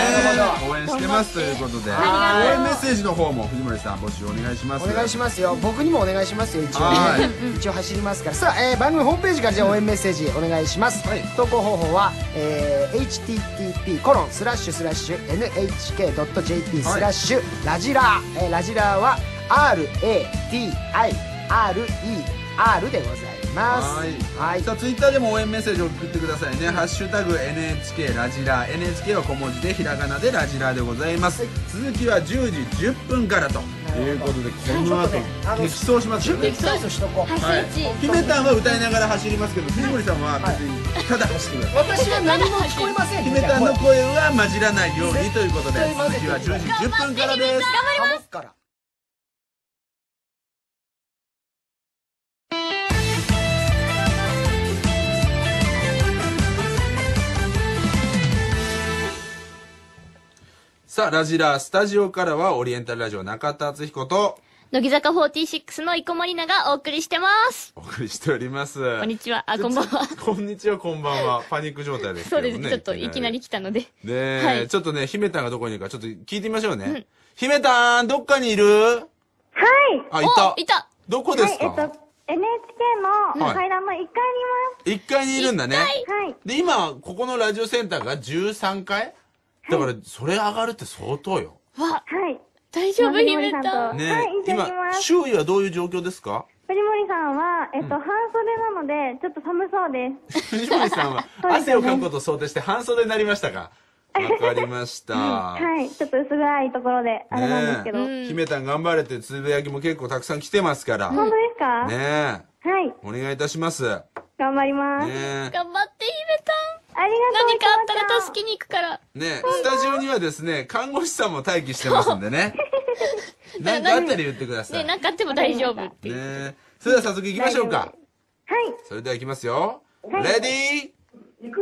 応援してますということで応援はいメッセージの方も藤森さん募集お願いしますお願いしますよ僕にもお願いしますよ一応はね一応走りますからさあ、えー番組ホームページからじゃあ応援メッセージお願いします、はい投稿方法は、えー http コロンスラッシュスラッシュ nhk.jp スラッシュラジラー、えーラジラーは RADIRER でございますはい、はいさあツイッターでも応援メッセージを送ってくださいね「ハッシュタグ #NHK ラジラー」NHK は小文字でひらがなでラジラーでございます、続きは10時10分からということでこの後、ちょっとねあの激走しますよね準備サイズしとこうはい姫たんは歌いながら走りますけど藤森さんは別にただ走ってください私は何も聞こえません姫たんの声は混じらないようにということで絶対混ぜて続きるは10時10分からです頼むからさあラジラースタジオからはオリエンタルラジオ中田敦彦と乃木坂46の生駒里奈がお送りしてます。お送りしておりますこんにちは。あ、こんばんは。 こんにちは、こんばんは。パニック状態ですけどそうね。です。ちょっといきなり。来たので。で、はいちょっとね、姫たんがどこにいるか、ちょっと聞いてみましょうね。姫たん、どっかにいるはい。あ、いたお。いたどこですか、はい、えっと、NHK のはい階段の1階にいま ?1 階にいるんだね。す。はい。で、今、ここのラジオセンターが13階だから、それ上がるって相当よ。はい。大丈夫、姫さんたん。と。ね、はい、いた今だきま、す。周囲はどういう状況です か藤森さんは、えっと、半袖なので、ちょっと寒そうです。藤森さんは、そうですね汗をかくことを想定して半袖になりましたかわかりました。はい。ちょっと薄暗いところで、あれなんですけど。ねえ姫たん頑張れってつぶやきも結構たくさん来てますから。本当ねですか、え。はい。お願いいたします。ね頑張ります。え。頑張って、姫たん。ありがとう何ごかざいあまっしたた。ら助けに行くから。ねえ、スタジオにはですね、看護師さんも待機してますんで ね。何かあったら言ってくださね、い。ね何かあっても大丈夫っていう。え。それでは早速行きましょうか。はい。それでは行きますよ。レディー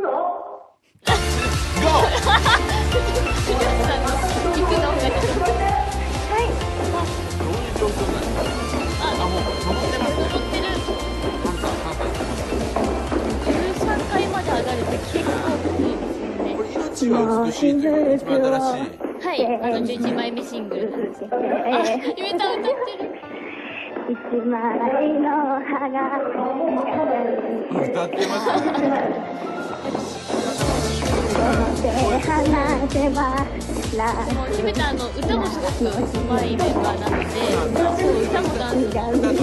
ちは美しいという一番新しい。はい、あの11枚目シングルなんですけど。あ、ゆめちゃん歌ってる。一枚の歯が歌ってますね。離せばもうゆめちゃんあの歌もすごくうまいメンバーなので、そう歌もダンス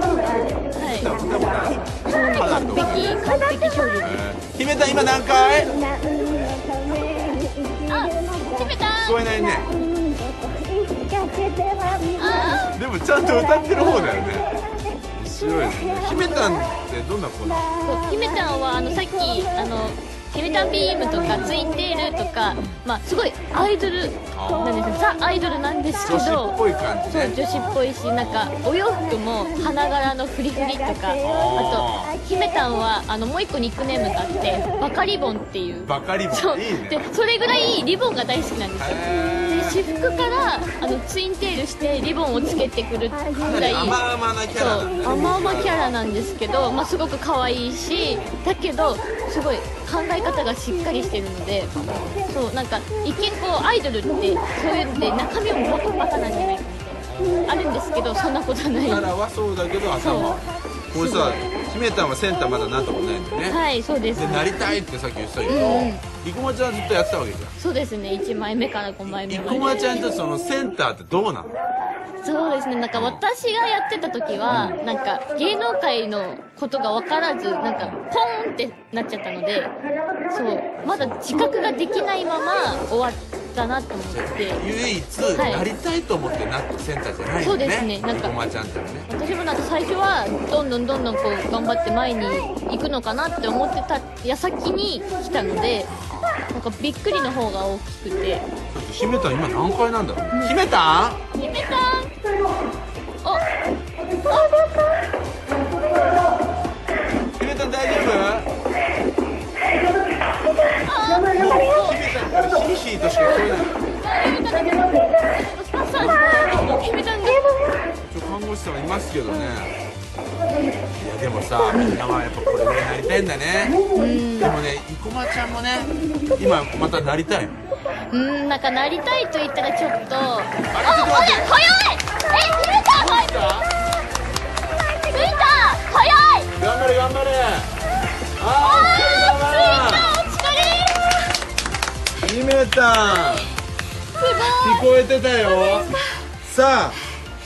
も。はい。完璧完璧少女です。姫たん今何回あ、ゆめちゃん聞。こえないね。あでもちゃんと歌ってる方だよね。面白いですね。姫たんってどんな子なのそう姫ちゃんはあのさっきあの姫ちゃんビームとかツインテールとか、まあ、すごいアイドルなんですよザ・アイドルなんですけど女子っぽい感じそうね。女子っぽいしなんかお洋服も花柄のフリフリとかああと姫たんはあのもう一個ニックネームがあってバカリボンっていうバカリボそうン。いいねで。それぐらいリボンが大好きなんですよで私服からあのツインテールしてリボンをつけてくるぐらい甘々なキそャラだねう。甘々キャラなんですけど、まあ、すごく可愛いしだけどすごい考え方がしっかりしてるのでそうなんか一見こうアイドルってそういうので中身ももっとバカなんじゃないかみたいなあるんですけどそんなことないキャラはそうだけど頭。これさ、姫たんはセンターまだなったことないんだよね。はいそうですでなりたいってさっき言ってたけど、生駒ちゃんはずっとやってたわけじゃん。そうですね1枚目から5枚目生ま駒でちゃんとそのセンターってどうなのそうですねなんか私がやってた時はなんか芸能界のことが分からずなんかポーンってなっちゃったのでそうまだ自覚ができないまま終わったなと思って唯一、はいなりたいと思ってなったセンターじゃないそようねですねなんか生駒ちゃんってのはね私もなんか最初はどんどんどんどんこう頑張って前に行くのかなって思ってた矢先に来たのでなんかびっくりの方が大きくてだって姫たん今何回なんだろう、姫たんゆめさんお姫たん大丈夫姫たんからヒリヒリとしか聞こえないスタッフさんゆめさんが一応看護師さんはいますけどねいやでもさみんなはやっぱこれぐらいなりたいんだねでもね生駒ちゃんもね今またなりたいのうーんなんかなりたいと言ったらちょっとあちょっと待って早いえゆめさん早いゆめさん早い頑張れ頑張れああお疲れーお疲れ様姫たん聞こえてたよさあ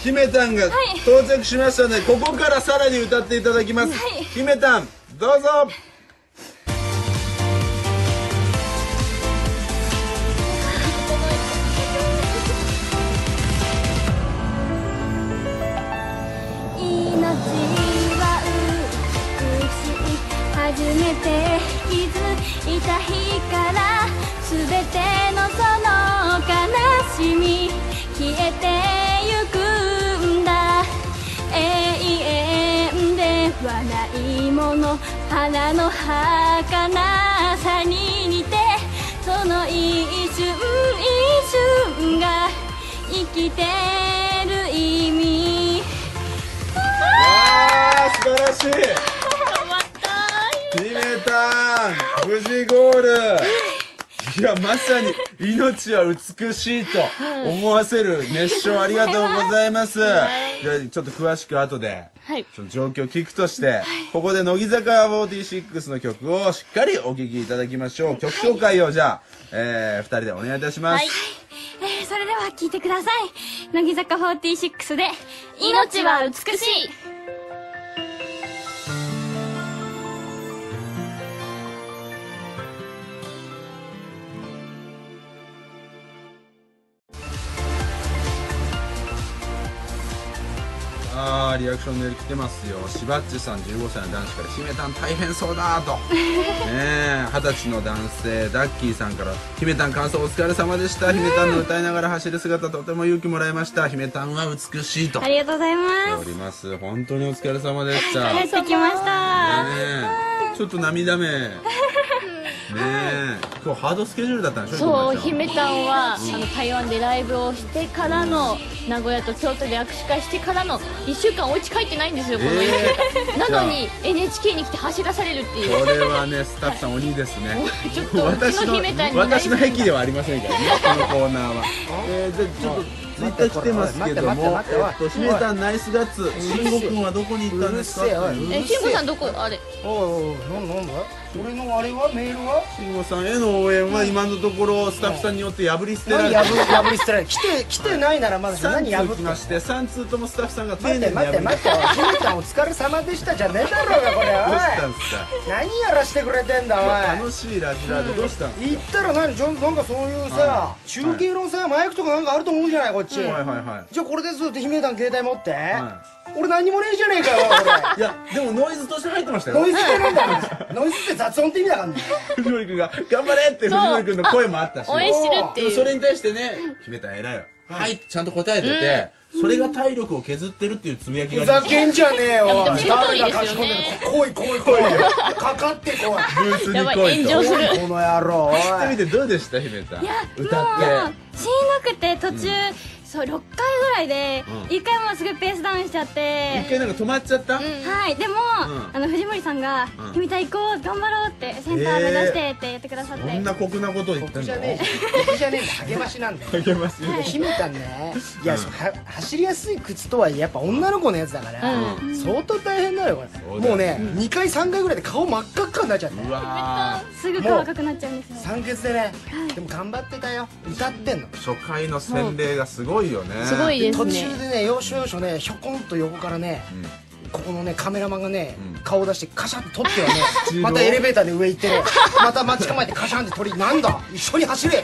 姫たんが到着しましたので、ここからさらに歌っていただきます、姫たんどうぞ命は美しい初めて気づいた日から全てのその悲しみ消えてゆくんだ永遠ではないもの花の儚さに似てその一瞬一瞬が生きてる意味あー素晴らしい姫たん無事ゴールいやまさに命は美しいと思わせる熱唱ありがとうございますじゃあちょっと詳しく後ではいその状況を聞くとしてここで乃木坂46の曲をしっかりお聴きいただきましょう曲紹介をじゃあ、えー、2人でお願いいたします、えーそれでは聞いてください乃木坂46で「命は美しい」あーリアクションメール来てますよしばっちさん15歳の男子から「姫たん大変そうだ」 とねえ二十歳の男性ダッキーさんから「姫たん感想お疲れ様でした姫たんの歌いながら走る姿とても勇気もらいました姫たんは美しい」とありがとうござい来てまおります本当にお疲れ様でしたす帰ってきました ねえちょっと涙目ねえ今日ハードスケジュールだったんでしょそうひめ姫たんはあの台湾でライブをしてからの名古屋と京都で握手会してからの1週間お家帰ってないんですよこの1週間、えー なのに NHK に来て走らされるっていうこれはねスタッフさん鬼ですねちょっと私うのちの姫谷に私の癖ではありませんからねこのコーナー はえー、じゃあちょっとツイッター来てますけども待って待って待ってえっと姫たんナイスガッツ慎吾君はどこに行ったんですかうるせえおいえ慎吾さんどこあれおいおいなんだなんだ俺のあれはメールは慎吾さんへの応援は今のところスタッフさんによって破り捨てら何れ破破り捨てられる来て来てないならまだしも3何通破っ来てまして3通ともスタッフさんが丁待っ寧てに破待って待っり捨てひめちゃんお疲れ様でしたじゃねえだろうがこれてどうしたおんですかい何やらしてくれてんだおい楽しいラジラでどうしたんですか行ったら何ジョンなんかそういうさは中継のさマイクとかなんかあると思うじゃないこっちはいはいはいじゃあこれですって姫たん携帯持っては俺何にもねえじゃねえかよいやでもノイズとして入ってましたこれよノイズってなん だノイズって雑音って意味だからね藤森君が「頑張れ!」って藤森君の声もあったし応援してるってでもいそうれに対してね「決めたら偉いよ」はいってちゃんと答えてて、それが体力を削ってるっていうつぶやきがふあざりましたけんじゃねえよやめてくれたらいいですよ誰が書ねき込んでるの来い来い来いよかかってこブースやにばい来いと炎上する いこの野郎おいやってみてどうでした姫たん歌もっうしんどくて途中、そう6回ぐらいでうん1回もうすぐペースダウンしちゃってて一、回なんか止まっちゃった、はいでも、んあの藤森さんがうん「君た行こう頑張ろう」ってセンター目指してって言ってくださって、こんな酷なこと言って僕んじのゃねえし僕じゃねえんだ励ましなんだよ励ます よ、秘めたねいや、そうは走りやすい靴とはいえやっぱ女の子のやつだから、相当大変だよこそうれ、だよもうね、2回3回ぐらいで顔真っ赤っかになっちゃってうわすぐ顔赤くなっちゃうんですよ酸欠でねでも頑張ってたよ歌ってんの、ー初回の洗礼がすごいよねすごいです途ね中でね要所要所ねひょこんと横からね、ここのねカメラマンがね、うん顔出してカシャンって撮っては口ね のまたエレベーターで上行ってねまた待ち構えてカシャンって撮りなんだ一緒に走れ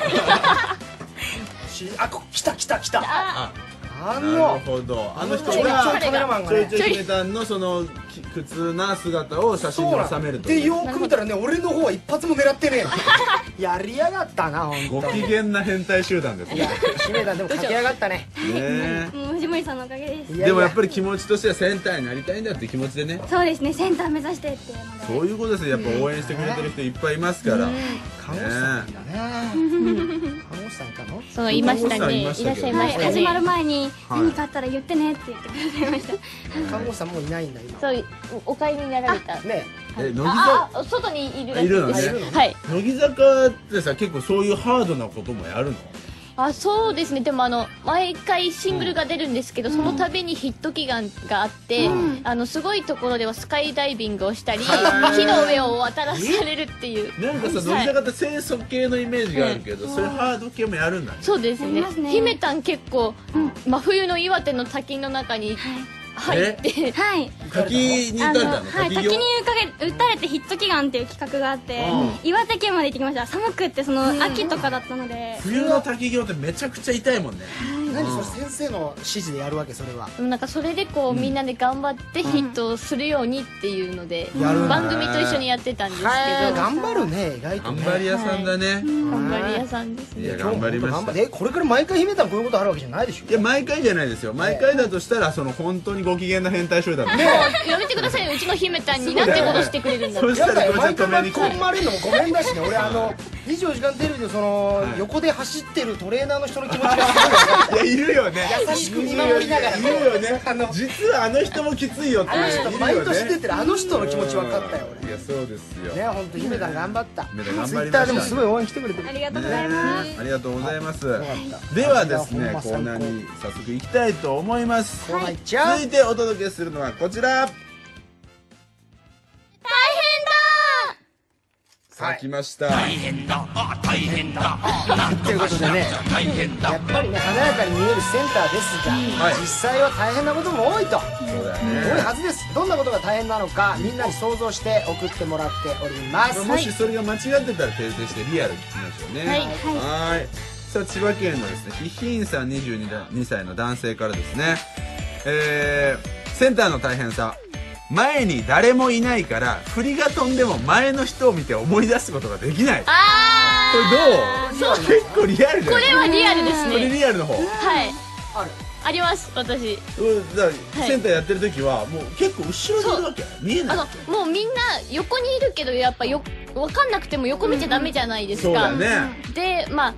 しあこ来た来た来たあなのるほどあの人ちょいがちょいカメラマンがちょいねちょい姫たんのそのき苦痛な姿を写真そうにな収めんるとでいうよく見たらね俺の方は一発も狙ってねえやりやがったな本ご当機にい嫌な変態集団ですねや姫田でも駆け上がったねねもう藤森さんのおかげでいすやいやでもやっぱり気持ちとしてはセンターになりたいんだっていう気持ちでねそうですねセンター目指してっていうのでそういうことですよやっぱ応援してくれてる人いっぱいいますからね看護師さんだね看護師さんいたのそういましたねいいらまっししゃたいけどまはい、した始まるね前にはい何かあったら言ってねって言ってくださいました、看護師さんもういないんだ今そうお買いになられたねえ乃木あ坂あ外にいるらいるのしいねですはい乃木坂ってさ結構そういうハードなこともやるのあそうですねでもあの毎回シングルが出るんですけど、その度にヒット祈願があって、あのすごいところではスカイダイビングをしたり、木の上を渡らされるっていうなんかさ乃木坂って清楚系のイメージがあるけどそれハード系もやるんだねそうですねやりますね姫たん結構、真冬の岩手の滝の中に入って、はい滝に行ったんだのはい、滝滝に行打かれ打たれてヒット祈願っていう企画があって、う岩手県まで行ってきました寒くってその秋とかだったので、冬の滝行ってめちゃくちゃ痛いもんね何それ先生の指示でやるわけそれはでもなんかそれでこう、みんなで頑張ってヒットをするようにっていうので、やるんだ番組と一緒にやってたんですけど、頑張るね意外と頑ね張り屋さんだね頑張り屋さんですいねや頑張りましたえこれから毎回姫たんこういうことあるわけじゃないでしょいや毎回じゃないですよ毎回だとしたらその本当にご機嫌な変態集団ね やめてくださいようちの姫たんになんてことしてく れるんだってそしたやっぱらりごめ毎回巻きん止めに来る込まれるのもごめんだしね俺あの『24時間テレビ』でそのはい横で走ってるトレーナーの人の気持ちがすいやいるよねごい優しく見守りながらいねるよねあの実はあの人もきついよってあの人いるよね毎年出てるあの人の気持ち分かったよいやそうですよ、俺ね本当姫たん頑張った姫たん頑張りましたツイッターでもすごい応援来てくれてるありがとうございます、ありがとうございますかったではですいやねほんまコ最高ーナーに早速行きたいと思いますコーナー行っちゃう続いてお届けするのはこちら大変ださあ来ました、ということでねやっぱりね華やかに見えるセンターですが、はい実際は大変なことも多いと、そうだ多いねはずですどんなことが大変なのかみんなに想像して送ってもらっております、もしそれが間違ってたら訂正してリアルに聞きましょうねはいはいさあ千葉県のですねひひんさん22だ2歳の男性からですねえー、センターの大変さ前に誰もいないから振りが飛んでも前の人を見て思い出すことができないあこれどう結構リアルだよーこれはリアルですこれねリアルの方はいあるあります私うんだからセンターやってる時はもう結構後ろにいるわけ見えないあのもうみんな横にいるけどやっぱよ分かんなくても横見ちゃダメじゃないですか、そうだよねでまあ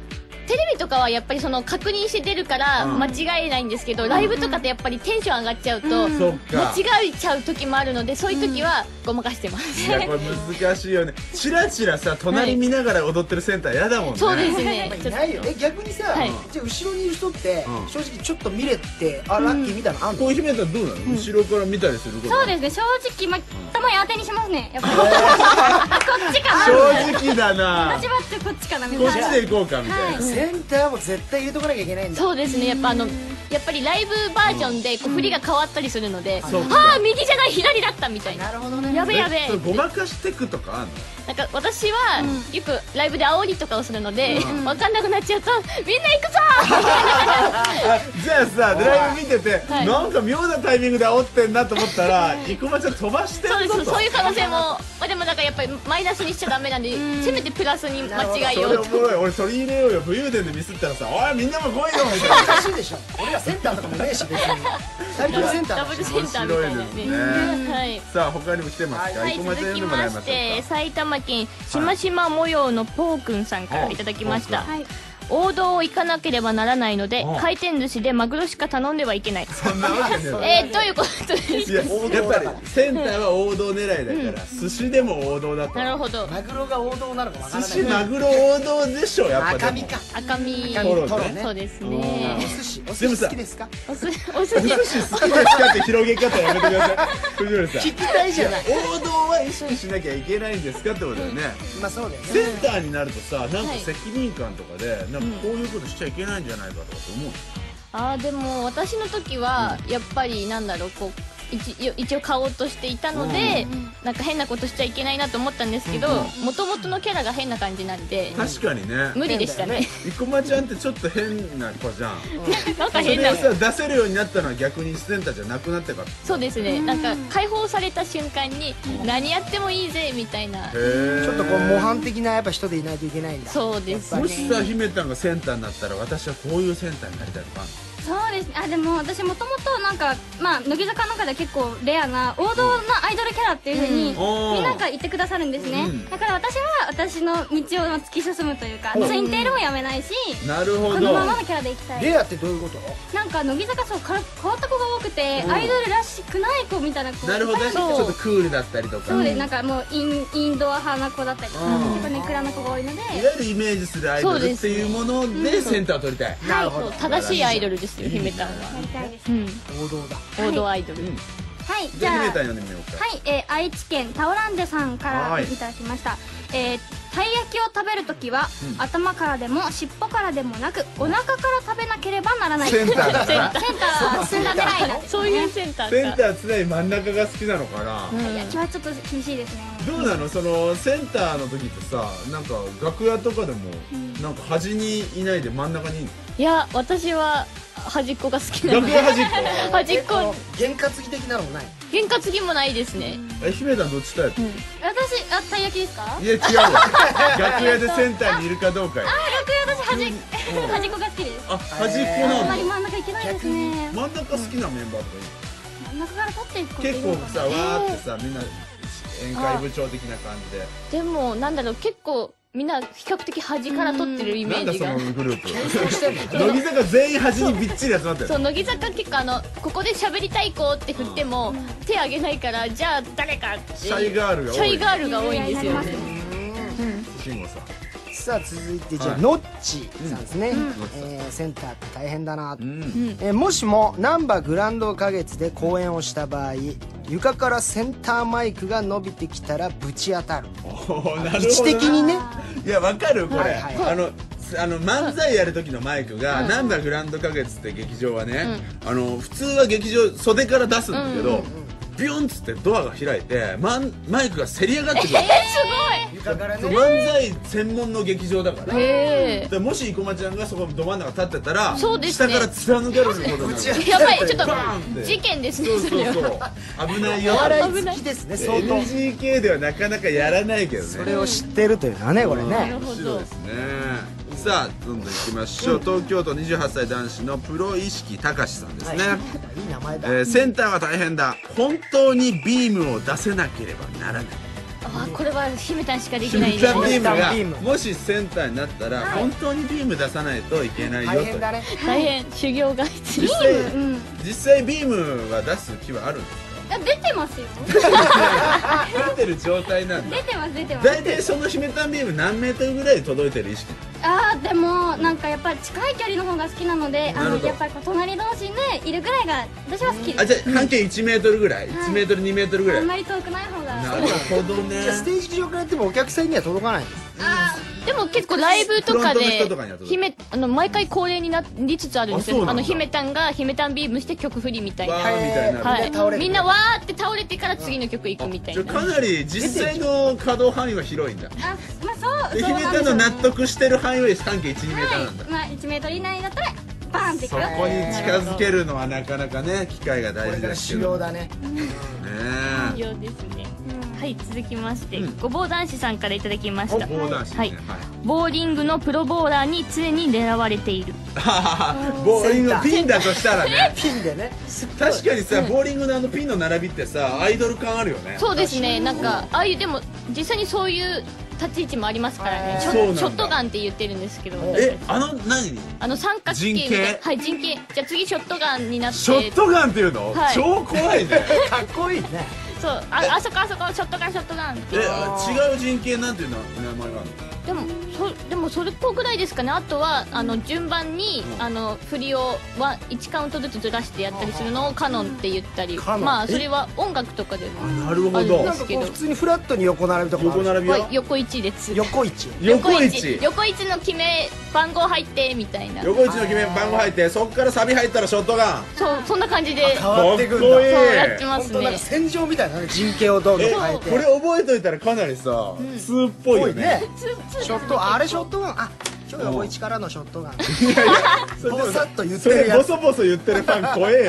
テレビとかはやっぱりその確認して出るからうん間違えないんですけど、ライブとかってやっぱりテンション上がっちゃうと、そっか間違えちゃう時もあるのでそういう時はごまかしてます、いやこれ難しいよねチラチラさ隣見ながら踊ってるセンター嫌だもんねそうですねいないよえ逆にさ、はいじゃあ後ろにいる人って、うん正直ちょっと見れてあラッキーみたいなのあんの、こう姫さんどうなの、後ろから見たりすることそうですね正直、ま、たまに当てにしますねやっ ぱりこっちかな正直だな私はってこっちかなみたいこっなちで行こうかみたいな、センターも絶対入れとかなきゃいけないんだそうですねやっぱあのやっぱりライブバージョンでこう振りが変わったりするので、そうかああ右じゃない左だったみたいななるほどねやべやべそれごまかしてくとかあんのなんか私はよくライブで煽りとかをするので、分かんなくなっちゃうとみんな行くぞーみたいあじゃあさドライブ見てて、はいなんか妙なタイミングで煽ってんなと思ったら生駒ちゃん飛ばしてなそうるでぞすとそういう可能性も、まあ、でもなんかやっぱりマイナスにしちゃダメなんでせめてプラスに間違いそよれうおともろい俺それ入れようよ武勇伝でミスったらさ「おいみんなも来いよ」みたいなおかしいでしょ俺らセンターとかもねえし別に最強センターダだブしルセンターみたい面な白いですねはいさあ他にも来てますか、はい、生駒 続ちゃんき読んでもまらいましょしうかて埼玉県しましま模様のポーくんさんからはいいただきました、ポーくん王道を行かなければならないのでうん回転寿司でマグロしか頼んではいけないそんなわけねえだろえー、どういうことですいかや やっぱりセンターは王道狙いだから、寿司でも王道だとなるほどマグロが王道なのかわから寿ない司マグロ王道でしょやっぱでも赤身か赤身赤身トロねトロねそうですおね寿司おでも寿司さ好きですかお寿お寿お寿司司好きですかって広げ方やめてください藤森さん聞きたいじゃない王道は意識しなきゃいけないんですかってことだよね、まあそうだよねセンターになるとさなんかはい責任感とかでなんかこういうことしちゃいけないんじゃないかとかって思う、ああでも私の時はやっぱりなんだろうこう一一応買おうとしていたので、なんか変なことしちゃいけないなと思ったんですけどもともとのキャラが変な感じなんで確かにね無理でしたね生駒ちゃんってちょっと変な子じゃん なんかそ変れなをさ出せるようになったのは逆にセンターじゃなくなってからへそうですねなんか解放された瞬間に何やってもいいぜみたいなえちょっとこう模範的なやっぱ人でいないといけないんだそうですもねしさ姫たんがセンターになったら私はこういうセンターになりたいとかあんのそうですねあでも私もともとなんかまあ乃木坂の中では結構レアな王道のアイドルキャラっていうふうに、うんみんなが言ってくださるんですね、うんだから私は私の道を突き進むというかツインテールもやめないしなるほこのままのキャラでいきたいレアってどういうことなんか乃木坂そうから変わった子が多くて、アイドルらしくない子みたいな子なるほどねちそうょっとクールだったりとかそうです、なんかもうインインドア派な子だったりとか、うん結構ネクラな子が多いのでいわゆるイメージするアイドルっていうものでセンターを取りたい、なるほそうど正しいアイドルですよ姫たんはやりたいです、うん王道だ王道アイ ドルはいじじゃあゃ姫あたん読んでみようか、はい、えー愛知県タオランジェさんかはらいいただきました、えーたい焼きを食べるときは、頭からでも尻尾からでもなくお腹から食べなければならないセンターだ センなターセンター狙 いなんです そういうセンターセンかター常に真ん中が好きなのかな、たい焼きはちょっと厳しいですねどうなのそのセンターの時ってさなんか楽屋とかでもなんか端にいないで真ん中にいるいや私は端っこが好きなのの楽で屋端っこ 端っこ験担ぎ的なのもない喧嘩次もないですねえ姫たんどっちタイプ、い私あたい焼きですかや違うわ 楽屋でセンターにいるかどうかよ私端っこ端っこが好きですあ端っこあんまなりの真ん中いけないですね真ん中好きなメンバーとかいる真ん中から取っていくこと結構さいいのかなわーってさみんな宴会部長的な感じででもなんだろう結構みんな比較的端から撮ってるイメなんーだジそがのグルー プ乃木坂全員端にびっちり集まってるそう乃木坂結構あのここで喋りたい子って振っても手挙げないからじゃあ誰かってシャイガールが多いシャイガールが多いんですよね慎吾さんさあ続いてじゃあ、はいノッチさんですね、えーセンターって大変だなと、えーもしもなんばグランド花月で公演をした場合床からセンターマイクが伸びてきたらぶち当たるおーなるほどな位置的にねいやわかるこれ、はいはいあのすあの漫才やる時のマイクが「なんだグランド花月」って劇場はね、あの普通は劇場袖から出すんだけど、ビュンっつってドアが開いてマンマイクがせり上がってくる、床からそうね漫才専門の劇場だから、へでもし生駒ちゃんがそこど真ん中立ってたら、そうです下ねから貫けることになるえやばいちょっバーンってと 事件ですねそうそそう れそはう危ないよお笑危い好ないきですね相当 NGK ではなかなかやらないけどねそれを知ってるというのはねこれね面白いですねさあどんどんいきましょう東京都28歳男子のプロ意識隆さんですね、いい名前えだーセンターは大変だ本当にビームを出せなければならないあこれは姫ちゃんしかでき瞬ないです間ビねームがもしセンターになったら本当にビーム出さないといけないよと大変だね大変修行が必実要際実際ビームは出す気はあるんですあ出てますよか出てる状態なんだ出てます出てます大体そのヒメタンビーム何メートルぐらい届いてる意識あーでもなんかやっぱ近い距離の方が好きなのでなあるのほどやっぱりこう隣同士でいるぐらいが私は好きあじですゃあ半径1メートルぐらい1メートル2メートルぐあらいんまなり遠くない方がるほどねじゃあステージ上からやってもお客さんには届かないんです でも結構ライブとかフロントので人とかにはどうぞ姫あの毎回恒例になりつつあるんですあそうよなあんだの姫たんが姫たんビームして曲振りみたいわなーみたみいな、んな倒れはるいみんなわーって倒れてから次の曲行くみたいじゃあなかなり実際の稼働範囲は広いんだであまあそうヒそうメなタんでンすのよね納得してる範囲は半径1 2メートルなんだまあ1メートル以内だったらバーンっていくそこに近づけるのはなかなかね機会がこ大れ事からです修けど行ねだね重要ですねはい続きまして、うんごぼう男子さんからいただきまおしボたーダーシはいねはいボーリングのプロボーラーに常に狙われているボーリングのピンだとしたら ねピンで ね確かにさボーリングのあのピンの並びってさアイドル感あるよねそうですねなんかああいうでも実際にそういう立ち位置もありますからねへーそうなんショだショットガンって言ってるんですけどえあの何あの三角形みたい陣な形はい陣形じゃあ次ショットガンになってショットガンっていうの、はい超怖いねかっこいいねそうああそこあそこショットガンショットガンってえ違う人形なんていうの名前があるでもそでもそれっぽぐらいですかねあとはあの順番にあの振りをは1カウントずつずらしてやったりするのをカノンって言ったりカノンまあそれは音楽とかでものなるあほるんでどなんすかけこどう普通にフラットに横並びとかもあ横る並びはは横一列横一横一横一の決め番号入ってみたいな横一の決め番号入ってそっからサビ入ったらショットガンそうそんな感じで変わってくんだかっこいいそうやってま本す当なんかね戦場みたいなね陣形をどんどんえ変えてこれ覚えといたらかなりさ、ツーっぽいよ多いねねショットあれショットガンあ今日横一からのショットガン それでもぼさっと言ってそるれやボつソボソ言ってるファン怖えよ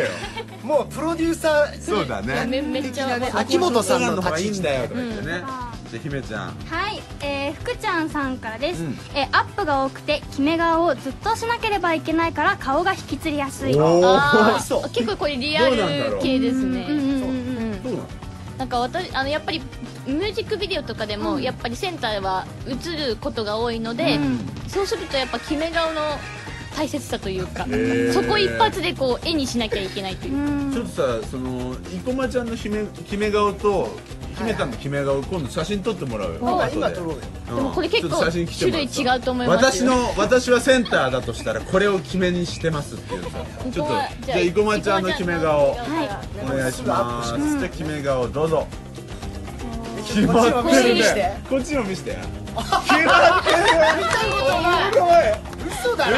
もうプロデューサー そうだねめめっちゃね秋元さんの立ち位置だよとか言ってね、じゃあ姫ちゃんはい、えー、福ちゃんさんからです、うんえーアップが多くて決め顔をずっとしなければいけないから顔が引きつりやすいうんあそうー結構これリアルどうなんだろう系ですねうんうんうんそうなのなんか私あのやっぱりミュージックビデオとかでも、やっぱりセンターは映ることが多いので、そうするとやっぱ決め顔の大切さというか、ーそこ一発でこう絵にしなきゃいけないという、ちょっとさその生駒ちゃんの姫決め顔と姫たんの決め顔今度写真撮ってもらうよ今後今撮ろうようんでもこれ結構ちょっと写真来てもらって種類違うと思いますよ私の私はセンターだとしたらこれを決めにしてますっていうさちょっとじゃあ生駒ちゃんの決め顔はいお願いしますじゃあ決め顔どうぞ決こっちまもっ見せててる見せてねこっちも見せて決まってるすごい嘘だろ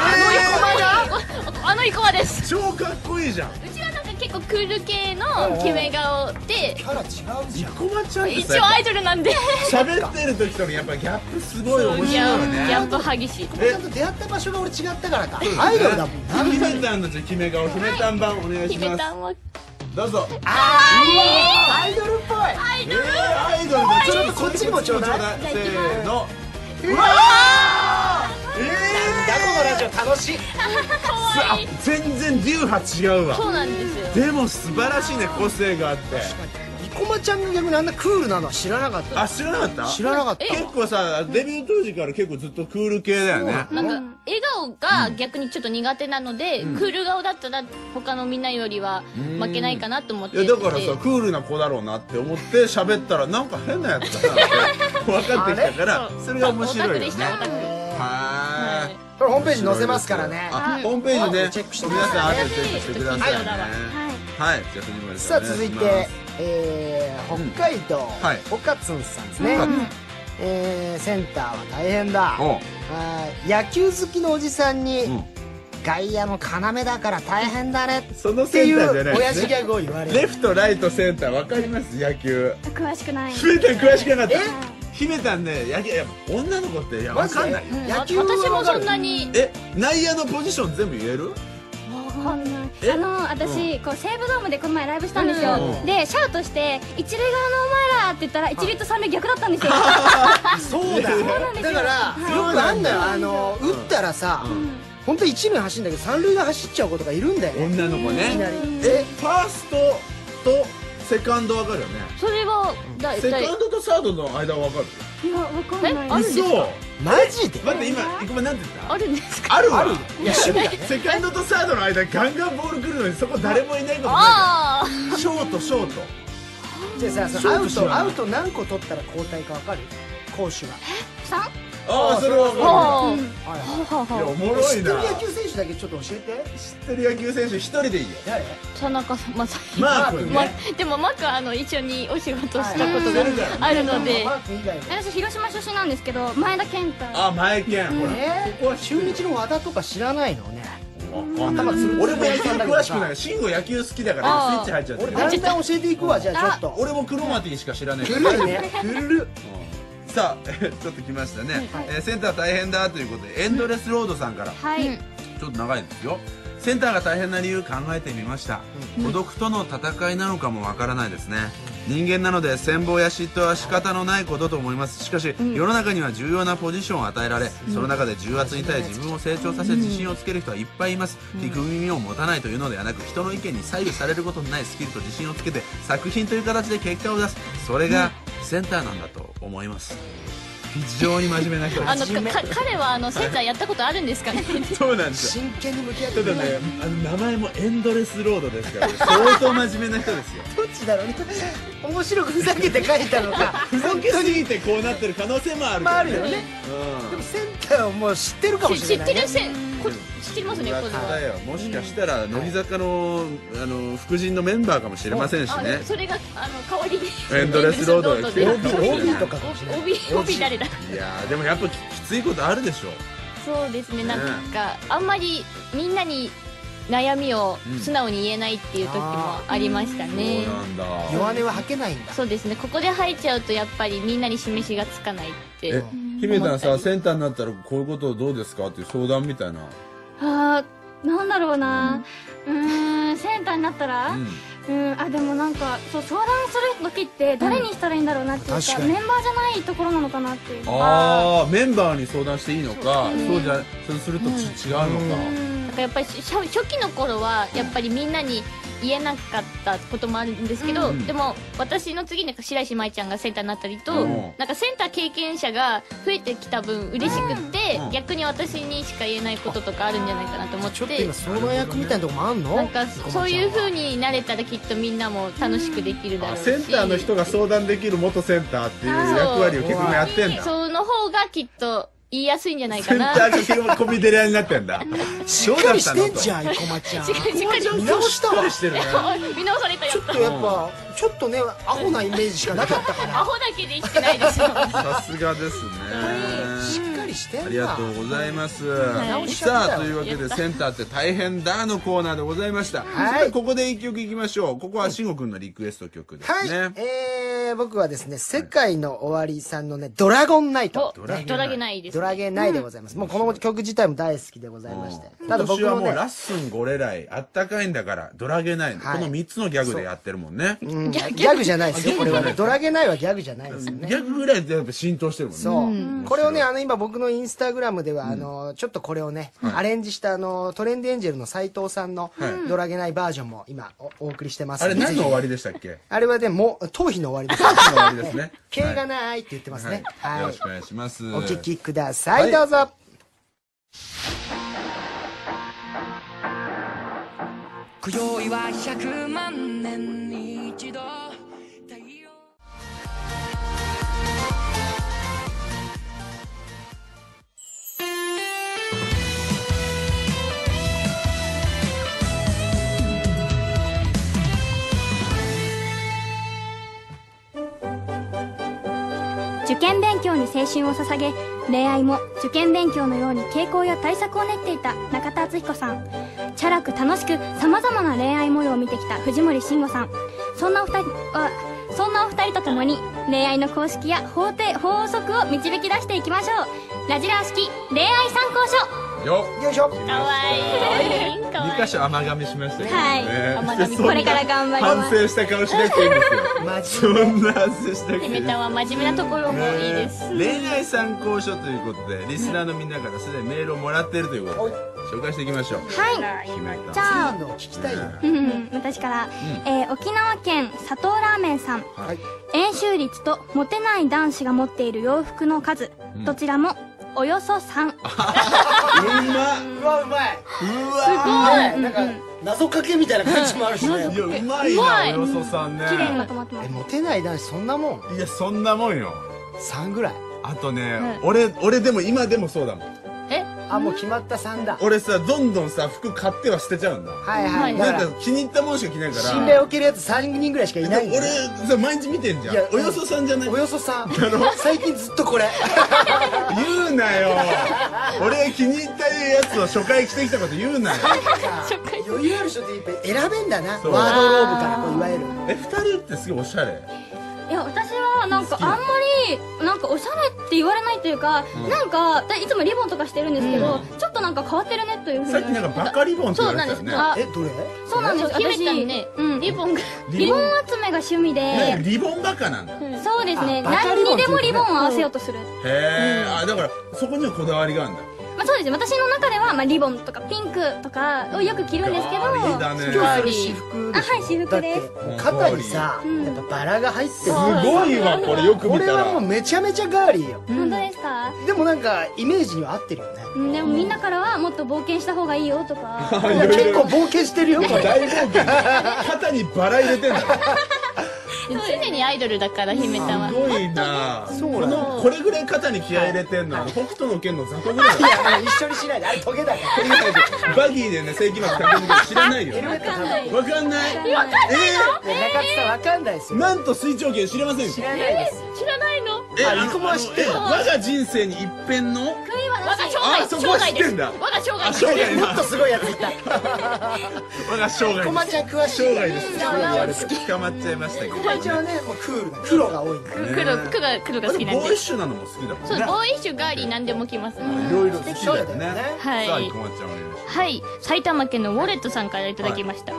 あの生駒です超かっこいいじゃんうちはなんか結構クール系の決め顔でキャラ違うじ生ゃん駒ちゃんって一さ応アイドルなんで喋ってる時とのやっぱギャップすごい面ギ白いよャギャねップ激しいちゃんと出会った場所が俺違ったからかアイドルだもんなひめたんのじゃあ決め顔ひめたん版お願いし姫ますたんはどうぞアイドルっぽいえーアイドルだちょっとこっちにもちょうだいせーのうわえーだこのラジオ楽しいーあ全然流派違うわそうなんですよでも素晴らしいね個性があって生駒ちゃんの逆にあんなクールなのは知らなかったあ知らなかった知らなかった結構さデビュー当時から結構ずっとクール系だよねなんか笑顔が逆にちょっと苦手なので、クール顔だったら他のみんなよりは負けないかなと思っいてやだからでさクールな子だろうなって思って喋ったらなんか変なやつだなっ て分かってきたからそれが面白いよねオタクでしたオタクはーいこれホームページに載せますからねあホームページねあチェックしてくだ皆さいさん後でチェックしてくださいねはいはいじゃあ藤森ささあん続いおて願します、えー、北海道、はいおかつんさんですね、えー、センターは大変だおうあー野球好きのおじさんに、うん外野の要だから大変だねそのってセいンターじゃなうい親で父すギャねグを言われレるフトライトセンターわかります野球詳しくない姫たん詳しくなかった姫たんね野球やっぱ女の子っていやわかんないよ野球は私もわかそるんなにえ内野のポジション全部言えるわかんないえあの私、こう西武ドームでこの前ライブしたんですよ、うんでシャウトして「一塁側のお前ら!」って言ったら一塁と三塁逆だったんですよそう だだからよくあんだよあの打ったらさ本当一塁走るんだけど三塁が走っちゃうことがいるんだよね女の子ねなりえファーストとセカンドわかるよねそれはだいセたいカンドとサードの間はわかるいやわかんないあるんですか嘘マジで待って今ごめんなんて言ったあるんですかあるわいや趣味だねセカンドとサードの間ガンガンボール来るのにそこ誰もいないことなああいショートショートじゃあさそのアウトアウト何個取ったら交代かわかる攻守がああそれはわははいあはあかるいやはおもろ知いってるな野球選手だけちょっと教えて知ってる野球選手一人でいいよ誰あ田中さんまさマー君まね でもマックはあの一緒にお仕事したことがあるのでマーク以外の私広島出身なんですけど前田健太あ前健ほらえー、中日の和田とか知らないのね頭つるつる俺も野球詳しくない慎吾野球好きだからあスイーッチ入っちゃって俺るだんだん教えていくわじゃあちょっと俺もクロマティしか知らない古いね古っさあ ちょっと来ましたね、えーセンター大変だということでエンドレスロードさんから、はい、ちょっと長いですよセンターが大変な理由考えてみました、孤独との戦いなのかもわからないですね、人間なので戦望や嫉妬は仕方のないことと思いますしかし、世の中には重要なポジションを与えられ、その中で重圧に耐え自分を成長させ自信をつける人はいっぱいいます、聞く耳を持たないというのではなく人の意見に左右されることのないスキルと自信をつけて作品という形で結果を出すそれがセンターなんだと思います非常に真面目な人あでのすかか彼はあのセンターやったことあるんですかね そうなんですよ真剣に向き合ってたるだね、あの名前もエンドレスロードですから、ね、 相当真面目な人ですよ。どっちだろうね面白くふざけて書いたのかふざけすぎてこうなってる可能性もあるまあかあら、るね。よねうんでもセンターをもう知ってるかも知し知れっなてい、るね、せんこ知ってますねこ裏れ方よもしかしたら乃木坂のあの副陣のメンバーかもしれませんしあねそれがあの代わりにエンドレスロードが来てるエンドレスロードでて OB とかかもしれない帯帯誰だいやーでもやっぱききついことあるでしょそうですねなんかあんまりみんなに悩みを素直に言えないっていう時もありましたね、そうなんだ弱音は吐けないんだそうですねここで吐いちゃうとやっぱりみんなに示しがつかないってえ姫田さセンターになったらこういうことどうですかっていう相談みたいな、あーなんだろうなうーんセンターになったらうん、うんあでもなんかそう相談する時って誰にしたらいいんだろうなっていう確か,、かにメンバーじゃないところなのかなっていうああメンバーに相談していいのかそうじゃそうするとち違うのか、なんかやっぱりし初初期の頃はやっぱりみんなに言えなかったこともあるんですけうど、んでも私の次に白石麻衣ちゃんがセンターになったりと、うんなんかセンター経験者が増えてきた分嬉しくっうて、ん逆に私にしか言えないこととかあるんじゃないかなと思っちょっとて今相談役みたいなとこもあんのなんかそういう風にになれたらきっとみんなも楽しくできるだろあうしセンターの人が相談できる元センターっていう役割を結局やってんだセンその方がきっと言いやすいんじゃないタかーなが結局コミデリアになってんだしっかりしてんじゃん生駒ちゃんしっかりしっかり見直したわしてるねおい 見直されたやちょっったとやっぱちょっとねアホなイメージしかなかったかアらホだけで生きてないですよさすがですねしっかりしてんだありがとうございます、いさあというわけでセンターって大変だのコーナーでございました、はいそれではここで一曲いきましょうここは慎吾君のリクエスト曲ですはい、ね、えー、僕はですね、世界の終わりさんのね、ドラゴンナイト。お ドラゲないですドラゲーナイでございます。もうこの曲自体も大好きでございまして。ただ今僕年はももうね、ラッスンゴレライあったかいんだからドラゲない、はいこの3つのギャグでやってるもんね、うんギャグじゃないですよ、これはね。ドラゲーナイはギャグじゃないですよね。ギャグぐらいでやっぱ浸透してるもんねそう、これをね、あの、今僕のインスタグラムでは、あの、ちょっとこれをね、アレンジした、あの、トレンディエンジェルの斎藤さんの、ドラゲナイバージョンも今お、お送りしてますあんでれ何の終わぜひりでしたっけあれはでも、頭皮の終わりです。何の終わりです ね毛はいがないって言ってますね。はい、よはろいしく。お願いしますお聞きください、はどいうぞ。今宵は100万年に一度太陽受験勉強に青春を捧げ恋愛も受験練勉強のように傾向や対策を練っていた中田敦彦さんチャラく楽しくさまざまな恋愛模様を見てきた藤森慎吾さんそんなお二人あそんなお二人と共に恋愛の公式や法定法則を導き出していきましょうラジラー式恋愛参考書よよいしょっかわいい。かわい2箇所甘噛みしましたけどね、はい甘噛みそんなこれから頑張ります反省した顔しなくていいんですよマジそんな反省したくてい。いいめたは真面目なところもいいです。恋愛参考書ということでリスナーのみんなからすでにメールをもらっているということで紹介していきましょうはい決めたじゃあ今の聞きたいようん私から、えー沖縄県佐藤ラーメンさんはい円周率とモテない男子が持っている洋服の数、んどちらもおよそ3うまっうわうまいうわなんか謎かけみたいな感じもあるしね いやうまいなおよそさんね綺麗だと思ってまえすモテない男子そんなもんいやそんなもんよ3ぐらいあとね、俺俺でも今でもそうだもんあもう決まった3だ俺さどんどんさ服買っては捨てちゃうんだはいはいだなからんか気に入ったもんしか着ないから信頼を受けるやつ3人ぐらいしかいないんだ俺さ毎日見てんじゃんいやおよそさんじゃないおよそ3最近ずっとこ れ言うなよ俺が気に入ったやつを初回着てきたこと言うなよ余裕ある人っていっぱい選べんだなワーそドローブうからこういわゆるえ二人ってすごいおしゃれいや私はなんかあんまりなんかおしゃれって言われないというか、なんかだいつもリボンとかしてるんですけど、ちょっとなんか変わってるねというふうにさっきなんかバカリボンって言われてたよねそうなんえどれそうなんですそう姫私ちゃんねうん、リリボボンが。リボンン集めが趣味で、なんかリボンバカなんだへそうですねあバカリ何ボンにってで言うもねリボンを合わせようとする、え、あだからそこにはこだわりがあるんだまあ、そうですね私の中では、まあ、リボンとかピンクとかをよく着るんですけどあーいいあだね今日それ私服でしょあはい私服ですだって肩にさやっぱバラが入ってるすごいわこれよくこ見れたはもうらめちゃめちゃガーリーよ本当ですか、でもなんかイメージには合ってるよねうん、でもみんなからはもっと冒険した方がいいよとかいや結構冒険してるよこれ大冒険肩にバラ入れてんだろ常にアイドルだから、姫ちゃんはす。ごいなそうこなんだのこれぐらい肩に気合い入れてんのは北斗の拳の雑魚 ぐらいいやあの一緒にしないであれトゲだからバギーでね世紀末駆け抜ける知らないよヘルメットかぶってわかんないえいや中津さんわかんないですーよなんと水蒸気知りませんよ知らないです知らないのえああの生駒は知ってあるのえ我が人生に一変の我が生あ涯、そ生こは知涯っでてす。んだ我が生あ生涯です。涯もなっとすごいやついた我が生涯小町は詳しい生涯です小町は捕まっちゃいましたけど小町はねもうクールな黒が多いんだ黒、黒が、黒が好きなんボーイッで。シュなのも好きだもんねそう、ボーイッシュ、ガーリー、何でも着ます。いろいろ好きだよねはいさあ生駒ちゃんお願いしますはい、埼玉県のウォレットさんからいただきました。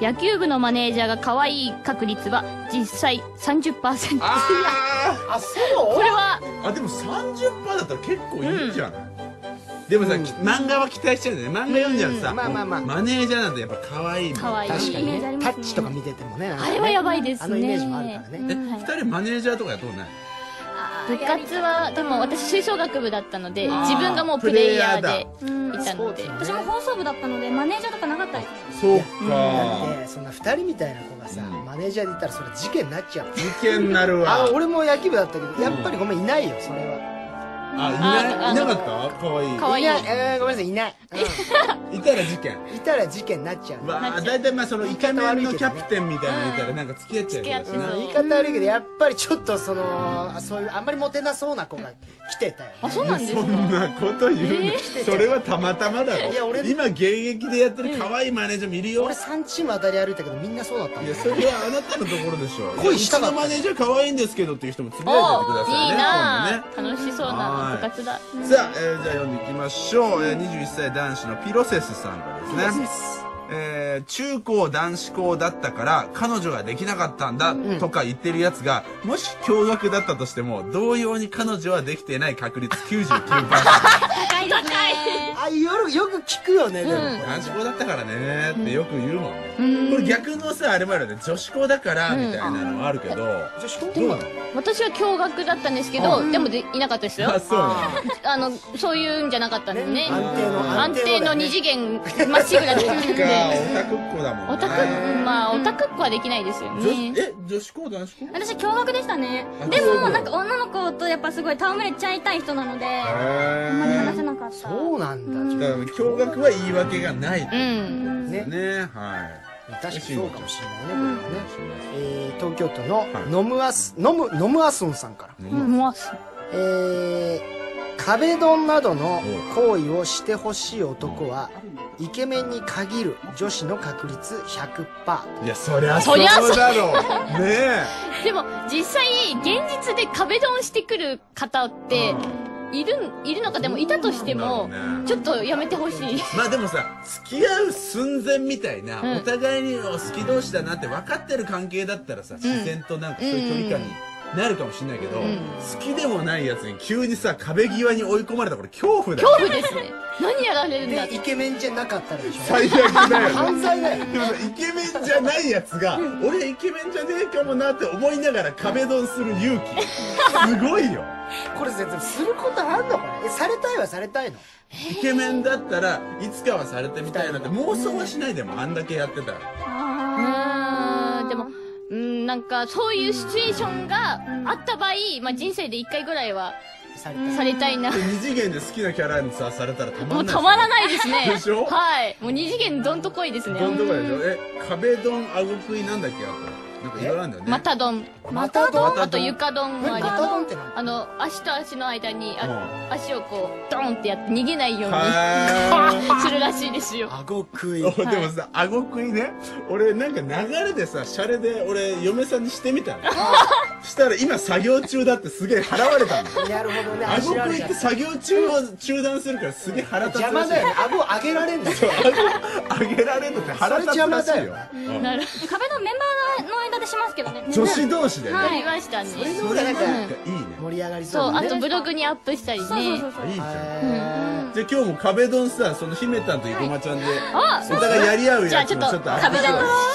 野球部のマネージャーが可愛い確率は実際30%。ああそうこれは、ーあでも30%だったら結構いいんじゃないでもさき漫画は期待しちゃうんだよね漫画読んじゃうとさうんまあまあまあマネージャーなんてやっぱ可愛いもん可愛い確かねにねタッチとか見ててもねあれはやばいですねあのイメージもあるからねえ二人マネージャーとかやったことない部活はでも私吹奏楽部だったのであー自分がもうプレイヤーでうんいたのでスポー私も放送部だったのでマネージャーとかなかったですそうだっかてそんな2人みたいな子がさマネージャーでいたらそれ事件になっちゃう事件になるわあ俺も野球部だったけどやっぱりごめんいないよそれはあいないいなかった可愛い可愛いいないえーごめんなさいいないいたら事件うんいたら事件になっちゃうわあ大体まあそのイケメンのキャプテンみたいなのいたらなんか付き合っちゃうやつだし付き合なってそう言い方悪いけどやっぱりちょっとそのあそういうあんまりモテなそうな子が来てたよあそうなんですそかんなこと言うの、それはたまたまだろいや俺今現役でやってる可愛いマネージャーもいるよ、俺3チーム当たり歩いたけどみんなそうだったもんいやそれはあなたのところでしょ恋したいかったやうちのマネージャー可愛いんですけどっていう人もつぶやいててくださいねおいいな今あ度ね楽しそうはない部活ださあ、えーじゃあ読んでいきましょう、えー21歳男子のピロセスさんがですねえー中高男子校だったから彼女ができなかったんだとか言ってるやつが、もし驚愕だったとしても同様に彼女はできてない確率99%高いですねあよよく聞くよねでもこれ男子校だったからねってよく言うもんね、これ逆のさあれもあるよね女子校だからみたいなのはあるけど、女子高どうなの私は驚愕だったんですけどでもでいなかったですよあそうなあのそういうんじゃなかったんですね安定の安定のだね二次元まっしぐらだったんのかオタク でっ子だもんねオタクうんまあオタクっ子はできないですよ女ね子え女子校男子校へ私驚愕でしたねあでそうもなんか女の子とやっぱすごい戯れちゃいたい人なのであんまりえ話せなかったそうなんだだから驚愕は言い訳がないうんねねはい確かにそうかもしれないね、これはね。うえー東京都のノムアス、ノム、ノムアスンさんから。んもうすえー壁ドンなどの行為をしてほしい男は、イケメンに限る女子の確率100%。いやそりゃそうだろうねでも実際現実で壁ドンしてくる方っているんいるのかでもいたとしても、うんちょっとやめてほしい えまあでもさ付き合う寸前みたいな、うんお互いにお好き同士だなって分かってる関係だったらさ、自然となんかそういう距離感になるかもしれないけど、ん好きでもないやつに急にさ壁際に追い込まれたらこれ恐怖だよ恐怖ですね何やられるんだっで、てイケメンじゃなかったらでしょ。最悪だよね犯罪だよ。でもさイケメンじゃないやつが俺イケメンじゃねえかもなって思いながら壁ドンする勇気すごいよこれ絶対することあんのかなえ、されたいはされたいのイケメンだったらいつかはされてみたいなって妄想はしないでもあんだけやってたらうーんでもうんなんかそういうシチュエーションがあった場合、まあ、人生で1回ぐらいはされされたいな、で二次元で好きなキャラにさされたらたまもうんないたまらないですね でしょはいもう二次元どんとこいですねどんとこでしょえ壁ドンあご食いなんだっけあとなんかいろいろあるんだよねまた丼またどうあと床丼もあまりたどんってなあの足と足の間にあう足をこうドーンってやって逃げないようはに するらしいですよ顎食い。おでもさ、あご食いね、俺なんか流れでさ、シャレで俺嫁さんにしてみたの。したら今作業中だってすげえ払われた の。 なるほどね、あご足ら食れいちゃっってた作業中を中断するからすげえ腹立つらし邪魔いだよね。 顎上げられんだよ。あご上げられるのって腹立つらしいよ。なる壁のメンバーの間でしますけどね女子同士でね。ほどありましたねそういうのがなんかいいね。盛り上がりそそううだあね。とブログにアップしたりねそうそうそうそいういじゃん。えじゃあ今日も壁ドンさ、その姫たんと生駒ちゃんで、お互いやり合うじゃやあちつょもっちとょっと壁ドン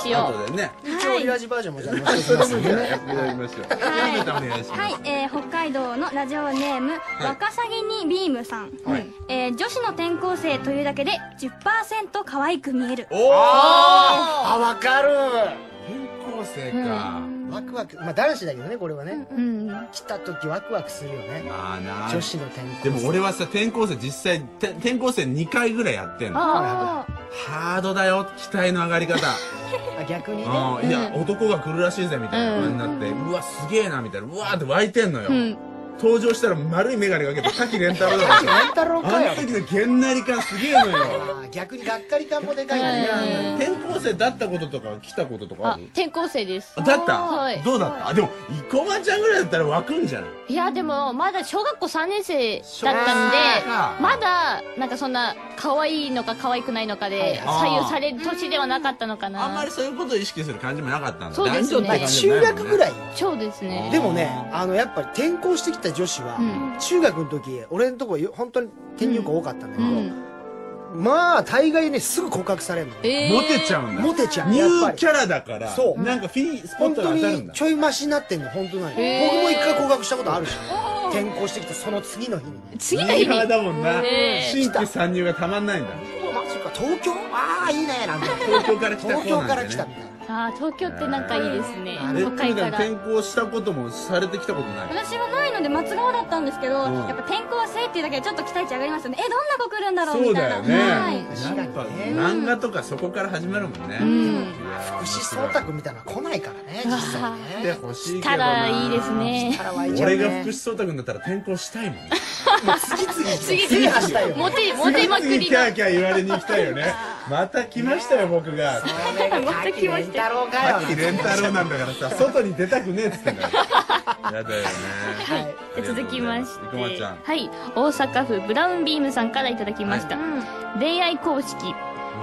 しよう後でね。ー一応、リラジバージョンもじゃあ、あそれもじゃあねやってやりましょう。はい姫たんお願いします。はい、えー北海道のラジオネーム、ワカサギにビームさん、はいえー女子の転校生というだけで10%可愛く見えるおーあ、わかる。転校生か、ワクワク。まあ、男子だけどね、これはね。うん来た時ワクワクするよね。まあな女子の転校でも俺はさ転校生実際て転校生2回ぐらいやってんのああハードだよ期待の上がり方あ逆にねうんいや、男が来るらしいぜみたいなうん感じになって、うわすげえなみたいなうわーって湧いてんのよ、ん登場したら丸い眼鏡かけて滝蓮太郎だから万太郎かよあの時のげんなり感すげえのよあー逆にがっかり感もでかいよね転校生だったこととか来たこととかあある転校生ですだった、はいどうだったあでも生駒ちゃんぐらいだったら湧くんじゃないいやでもまだ小学校3年生だったんで小学校まだなんかそんな可愛いのか可愛くないのかではい左右される年ではなかったのかなあんまりそういうことを意識する感じもなかったんだそうです男女ねっまあて感じじ中ゃないもんね学ぐらいよそうですねでもねあのやっぱり転校してきた女子は、うん中学の時俺のとこよ本当に転入校多かったんだけうど、んまあ大概ねすぐ告白されるの、えモテちゃうんだモテちゃうニやっュぱーりキャラだからそうなんかフィースポッ本ト当が当たるんにだちょいマシになってんの本当なのへーよ僕も一回告白したことあるし転校してきたその次の日にね次のミー日ハーにだもんなへー新規参入がたまんないんだおマジか東京ああいいねなんて東京から来た東京から来た子みたいなああ東京ってなんかいいですねなんだよ都ねえ会みたかいなら転校したこともされてきたことない私はないので松川だったんですけど、うんやっぱ転校生っていうだけでちょっと期待値上がりますよねえどんな子来るんだろうそうみたいだなよねはいやっぱ漫画とかそこから始まるもんね牛蒼太君みたいなの来ないからね実際ね来てほしいけどなたらいいですね力湧いちゃう俺ねが 福士蒼太君だったら転校したいもん 次制々覇したいよねモテモテまく次々りキのャーキャー言われに行きたいよねまた来ましたよ僕がまきれんたろうかよさっきレンタロウなんだからさ外に出たくねえっつってんだからやだよねはい続きまして生駒ちゃんはい大阪府ブラウンビームさんからいただきました恋愛公式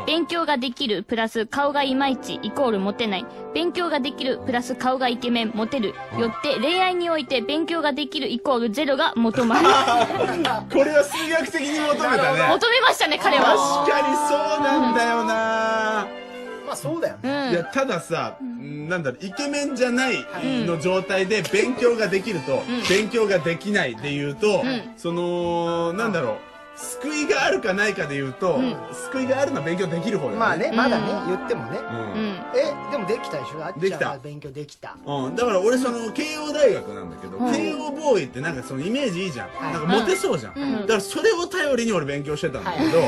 勉強ができるプラス顔がいまいちイコールモテない勉強ができるプラス顔がイケメンモテるよって恋愛において勉強ができるイコールゼロが 求まるこれは数学的に求めたね求めましたね彼は確かにそうなんだよなまあそうだよねいやたださなんだろうイケメンじゃないの状態で勉強ができると勉強ができないで言うとそのなんだろう救いがあるかないかで言うと救いがあるのは勉強できる方だよまあねまだね言ってもねうんうんえでもできたでしょあっちできゃんたは勉強できたうん、だから俺その慶応大学なんだけど、慶応ボーイってなんかそのイメージいいじゃん、いなんかモテそうじゃん、だからそれを頼りに俺勉強してたんだけど、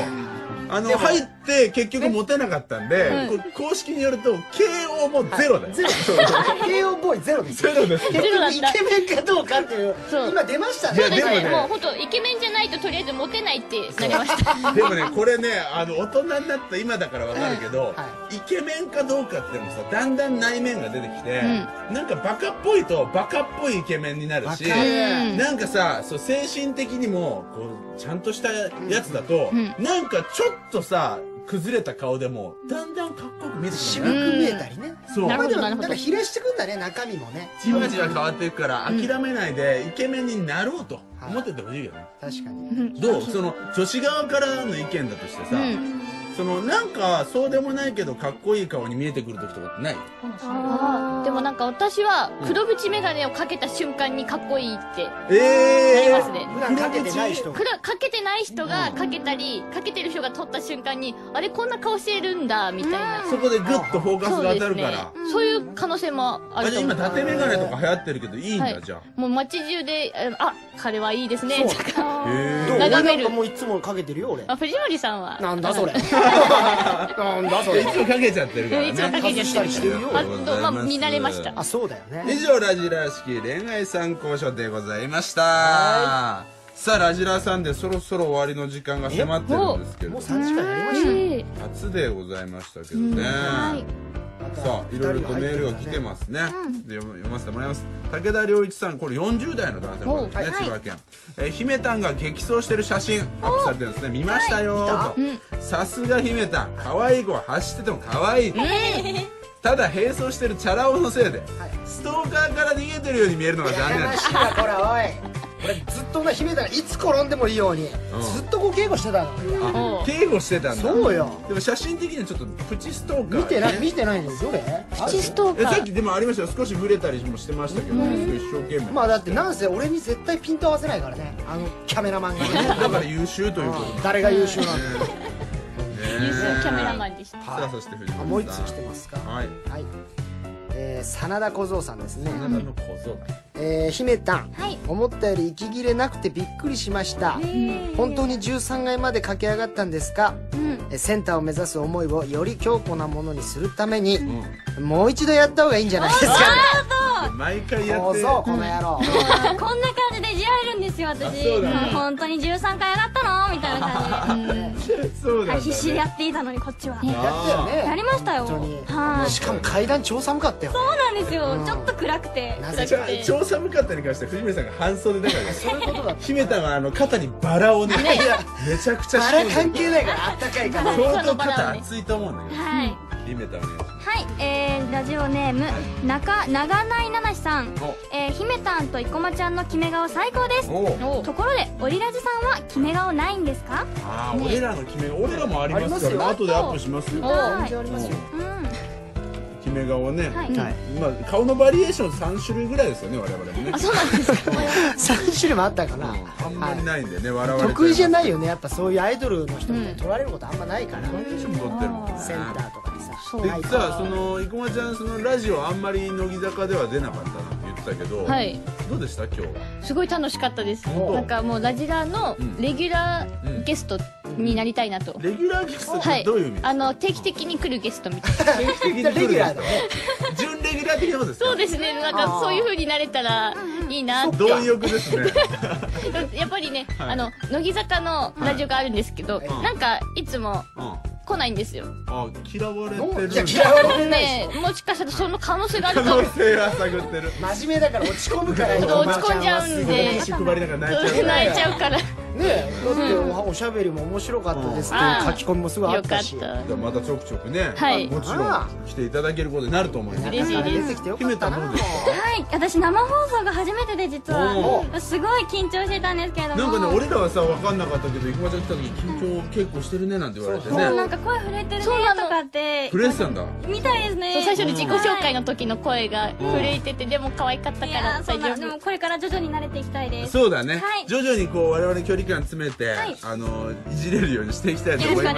あの入って結局モテなかったんで、これ公式によると KO もゼロだよ、ゼロそう 慶応ボーイゼロですゼロです結局イケメンかどうかっていうそう今出ましたいやねでもねもう本当イケメンじゃないととりあえずモテないってなりましたでもねこれねあの大人になった今だからわかるけど、はイケメンかどうかってのもさだんだん内面が出てきて、なんかバカっぽいとバカっぽいイケメンになるしわかるなんかさそう精神的にもこうちゃんとしたやつだと、なんかちょっとさ崩れた顔でもだんだんかっこよく見えてく渋るくね見えたりねそうまあでもななるんほどか比例してくんだね中身もねじわじわ変わっていくから諦めないでイケメンになろうと思っててほしいよね、確かにどうその女子側からの意見だとしてさ、そのなんかそうでもないけどかっこいい顔に見えてくる時とかってないあーでもなんか私は黒縁眼鏡をかけた瞬間にかっこいいってえなりえますね普段かけてない人くらかけてない人がかけたりかけてる人が撮った瞬間にあれこんな顔してるんだみたいなそこでグッとフォーカスそうがで当たするかねら、そういう可能性もああるじゃとあ思今う縦眼鏡とか流行ってるけどいいんだ、はいじゃもう街中でああ彼はいいですねそうとあかへどうえ俺な眺めんるかもういつもかけてるよ俺あ藤森さんはなんだそれあなんだそれいつもかけちゃってるからねいつもかけちゃってる外したりしてるよあとまあ見慣れましたあそうだよ以ね上ラジラー式恋愛参考書でございましたさあラジラーさんでそろそろ終わりの時間が迫ってるんですけれもうど3時間やりましたね初でございましたけどね、さあいろいろとメールが来てますね、で読読ませてもらいます武田良一さんこれ40代の男性の方ですね、千葉県、えー姫たんが激走してる写真アップされてるんですね見ましたよーとさすが姫たん可愛い子は走ってても可愛いとただ並走してるチャラ男のせいでストーカーから逃げてるように見えるのが残や念やでますしいわこれおい俺ずっとな姫だからいつ転んでもいいようにずっとこう稽古してたのあ警護してたんだそうよでも写真的にはちょっとプチストーカー、ね、見てない見てないのどれプチストーえカさっーきでもありましたよ少し触れたりもしてましたけどね、一生懸命、まあだってなんせ俺に絶対ピント合わせないからねあのキャメラマン がねねだから優秀ということで誰が優秀なんだ優秀キャメラマンでしたさあそして藤本さあんもう一つ来てますかはいはいえー真田小僧さんですねあなたの小僧えー、姫たん、はい思ったより息切れなくてびっくりしました本当に13階まで駆け上がったんですか、えーセンターを目指す思いをより強固なものにするために、もう一度やった方がいいんじゃないですかね毎回や小って僧この野郎、 こんな感じでいじられるんですよあ私そうなんだ本当に13回上がったのみたいな感じで そうなんだ、ね、必死でやっていたのにこっちはやったよやねりましたよ本当にはいしかも階段超寒かったよそうなんですよちょっと暗くてなぜじかゃあ超寒かったに関して藤森さんが半袖だからねそういうことだっ姫たんはあの肩にバラをねたいやめちゃくちゃあれ仕込ん関で係ないからあったかいから相当肩熱いと思うんだけどはい姫たんお願いしはい、えー、ラジオネーム中長内七志さんお、えー、姫たんと生駒ちゃんの決め顔最高ですますおうところでオリラジさんは決め顔ないんですかああ、俺らの決め俺らもありますからねあ後でアップしますよはいありますようん決め顔ね、はい、はいまあ、顔のバリエーション3種類ぐらいですよね我々もね3種類もあったかな、あんまりないんでね、笑われて得意じゃないないよねやっぱそういうアイドルの人みたいに取られることあんまないから、バリエーション取ってるもんねセンターとかでさでないからさあその生駒ちゃんそのラジオあんまり乃木坂では出なかったなんて言ってたけど、はいどうでした今日はすごい楽しかったです本当なんかもうラジラーのレギュラーゲストになりたいなと、レギュラーゲストっはていどういう意味あの定期的に来るゲストみたいな定期的に来るレギュラーだゲねスト準レギュラー的なことですかそうですねなんかそういう風になれたらいいなって貪欲ですねやっぱりね、あの乃木坂のラジオがあるんですけど、いなんかいつもうんあ来ないんですよ嫌われてるんだいや嫌われないでしねもしかしたらその可能性があ可るかも能性は探ってるょ真面目だから落ち込むからちょっと落ち込んじゃうんで ね石配りだから泣いちゃう泣いちゃうからえだっておしゃべりも面白かったですっていう書き込みもすごいあっよかったしたじゃあまたちょくちょくね、はいもちろん来ていただけることになると思います嬉しいです出てきてよかったな決めたものですかはい、私生放送が初めてで実おはすごい緊張してたんですけれどもなんかね俺らはさ分かんなかったけど生駒ちゃん来た時緊張結構してるねなんて言われてねそうなんか声震えてるねそうなのとかってプレスさんだみたいですねそう最初の自己紹介の時の声が震えてて、でも可愛かったいかやらーそ大うなんで丈夫も。これから徐々に慣れていきたいですそうだね、はい徐々にこう我々距離感詰めて、はいあのいじれるようにしていきたいと思いま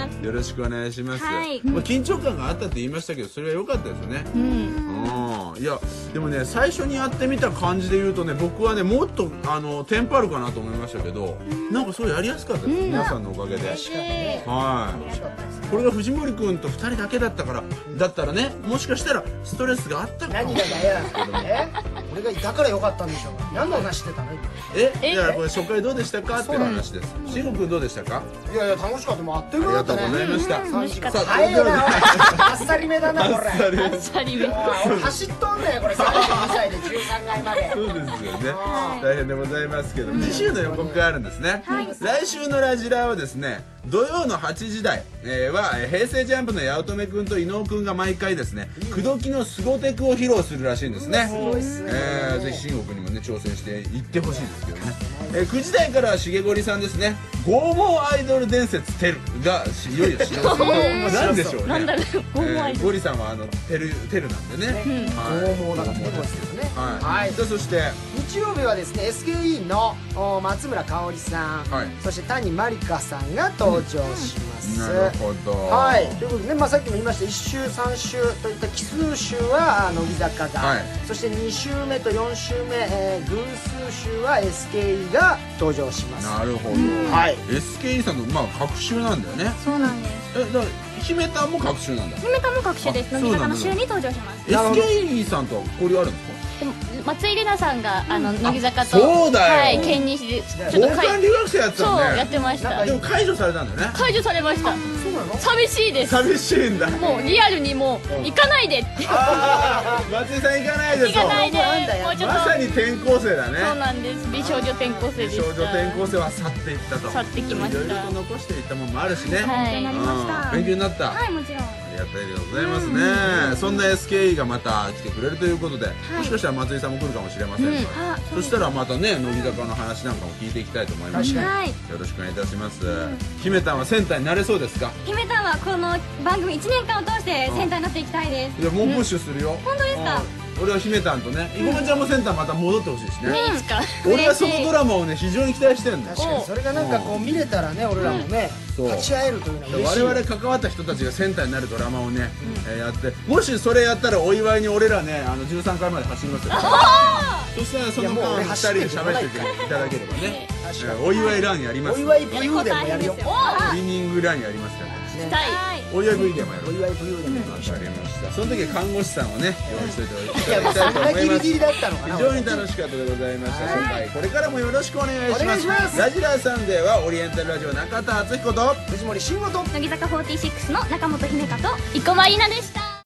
すんでよろしくお願いしますはいまあ、緊張感があったって言いましたけどそれは良かったですよねうんいやでもね最初にやってみた感じで言うとね僕はねもっとあのテンパるかなと思いましたけどなんかそうやりやすかったです、皆さんのおかげではいこれが藤森君と2人だけだったからだったらねもしかしたらストレスがあったか何もがだよえ俺がいたからよかったんでしょ何の話してたのいえじゃあこれ初回どうでしたかっていう話ですしごくんどうでしたかやいや楽しかったもうあっという間だありがっとたうねございました楽しかったさあ早いよなおいあっさりめだな これあっさりめ二人目。おい俺走っとんだよこれ32歳 で13階までそうですよね大変でございますけど次週の予告があるんですね、来週の「ラジラ」はですね土曜の8時台えーはえー平成ジャンプの八乙女君と伊野尾君が毎回ですね口説きのスゴテクを披露するらしいんですねえーぜひ慎吾君にもね挑戦していってほしいですけどねえー9時台からはしげごりさんですね「剛毛アイドル伝説テル」がしいよいよ知ら ん何でしょうねなんだろう、えゴムアイーゴリさんはあのテルテルなんでねはい剛毛だからそうですけどねはい、はいさあそして日曜日はですね SKE のお松村香織さん、はいそして谷まりかさんが登場します、なるほどはい、ということでね、まあ、さっきも言いました1週3週といった奇数週はあ乃木坂が、はいそして2週目と4週目、えー、偶数週は SKE が登場しますなるほど、はい SKE さんのまあ隔週なんだよねそうなんですえだから姫田も隔週なんだ姫田も各種ですあ乃木坂のそう週なんに登場しますなるほど SKE さんとは交流あるんですかでも松井玲奈さんが、あの乃木坂とそうだよはい兼任してちょっ交とかい換留学生やってそうたんやっねてましたでも解除されたんだよね解除されましたそうなの寂しいです寂しいんだもうリアルにもう行かないでってあー松井さん行かないで行かないでなんだよもうちょっとまさに転校生だそうねなんです美少女転校生でした少女転校生は去っていったと去ってきましたいろいろと残していったもんもあるしね、はい勉強になりましたうん勉強になった、はいもちろんありがたいでございますね、そんな SKE がまた来てくれるということで、もしかしたら松井さんも来るかもしれませんが、あそしたらまたね乃木坂の話なんかも聞いていきたいと思います確よかはいろしくお願いいたします、姫たんはセンターになれそうですか姫田はこの番組1年間を通してセンターになっていきたいですいやもうプッシュするよ、本当ですかうん俺は姫たんとね生駒ちゃんもセンターまた戻ってほしいしね、いつか俺はそのドラマをね非常に期待してるんだよ確かにそれがなんかこう見れたらね俺らもね、そう立ち会えるというのは嬉し我い々関わった人たちがセンターになるドラマをね、えーやってもしそれやったらお祝いに俺らねあの13回まで走りますよそしたらそのいやもう間俺2人で喋っていただければね確えーお祝いランやりますお祝い VU でもやるよクリーニングラインやりますからね行きたいお祝い V でもやおろう祝い VU でもやるわかりましたその時は看護師さんをね用意しておいていいやただきたそいとんな思ギいまリすギリだったのか非な常に楽しかったでございました初回これからもよろしくお願いしおま願いすしますラジラーサンデーはオリエンタルラジオ中田敦彦と藤森慎吾と乃木坂46の中本姫香と生駒里奈でした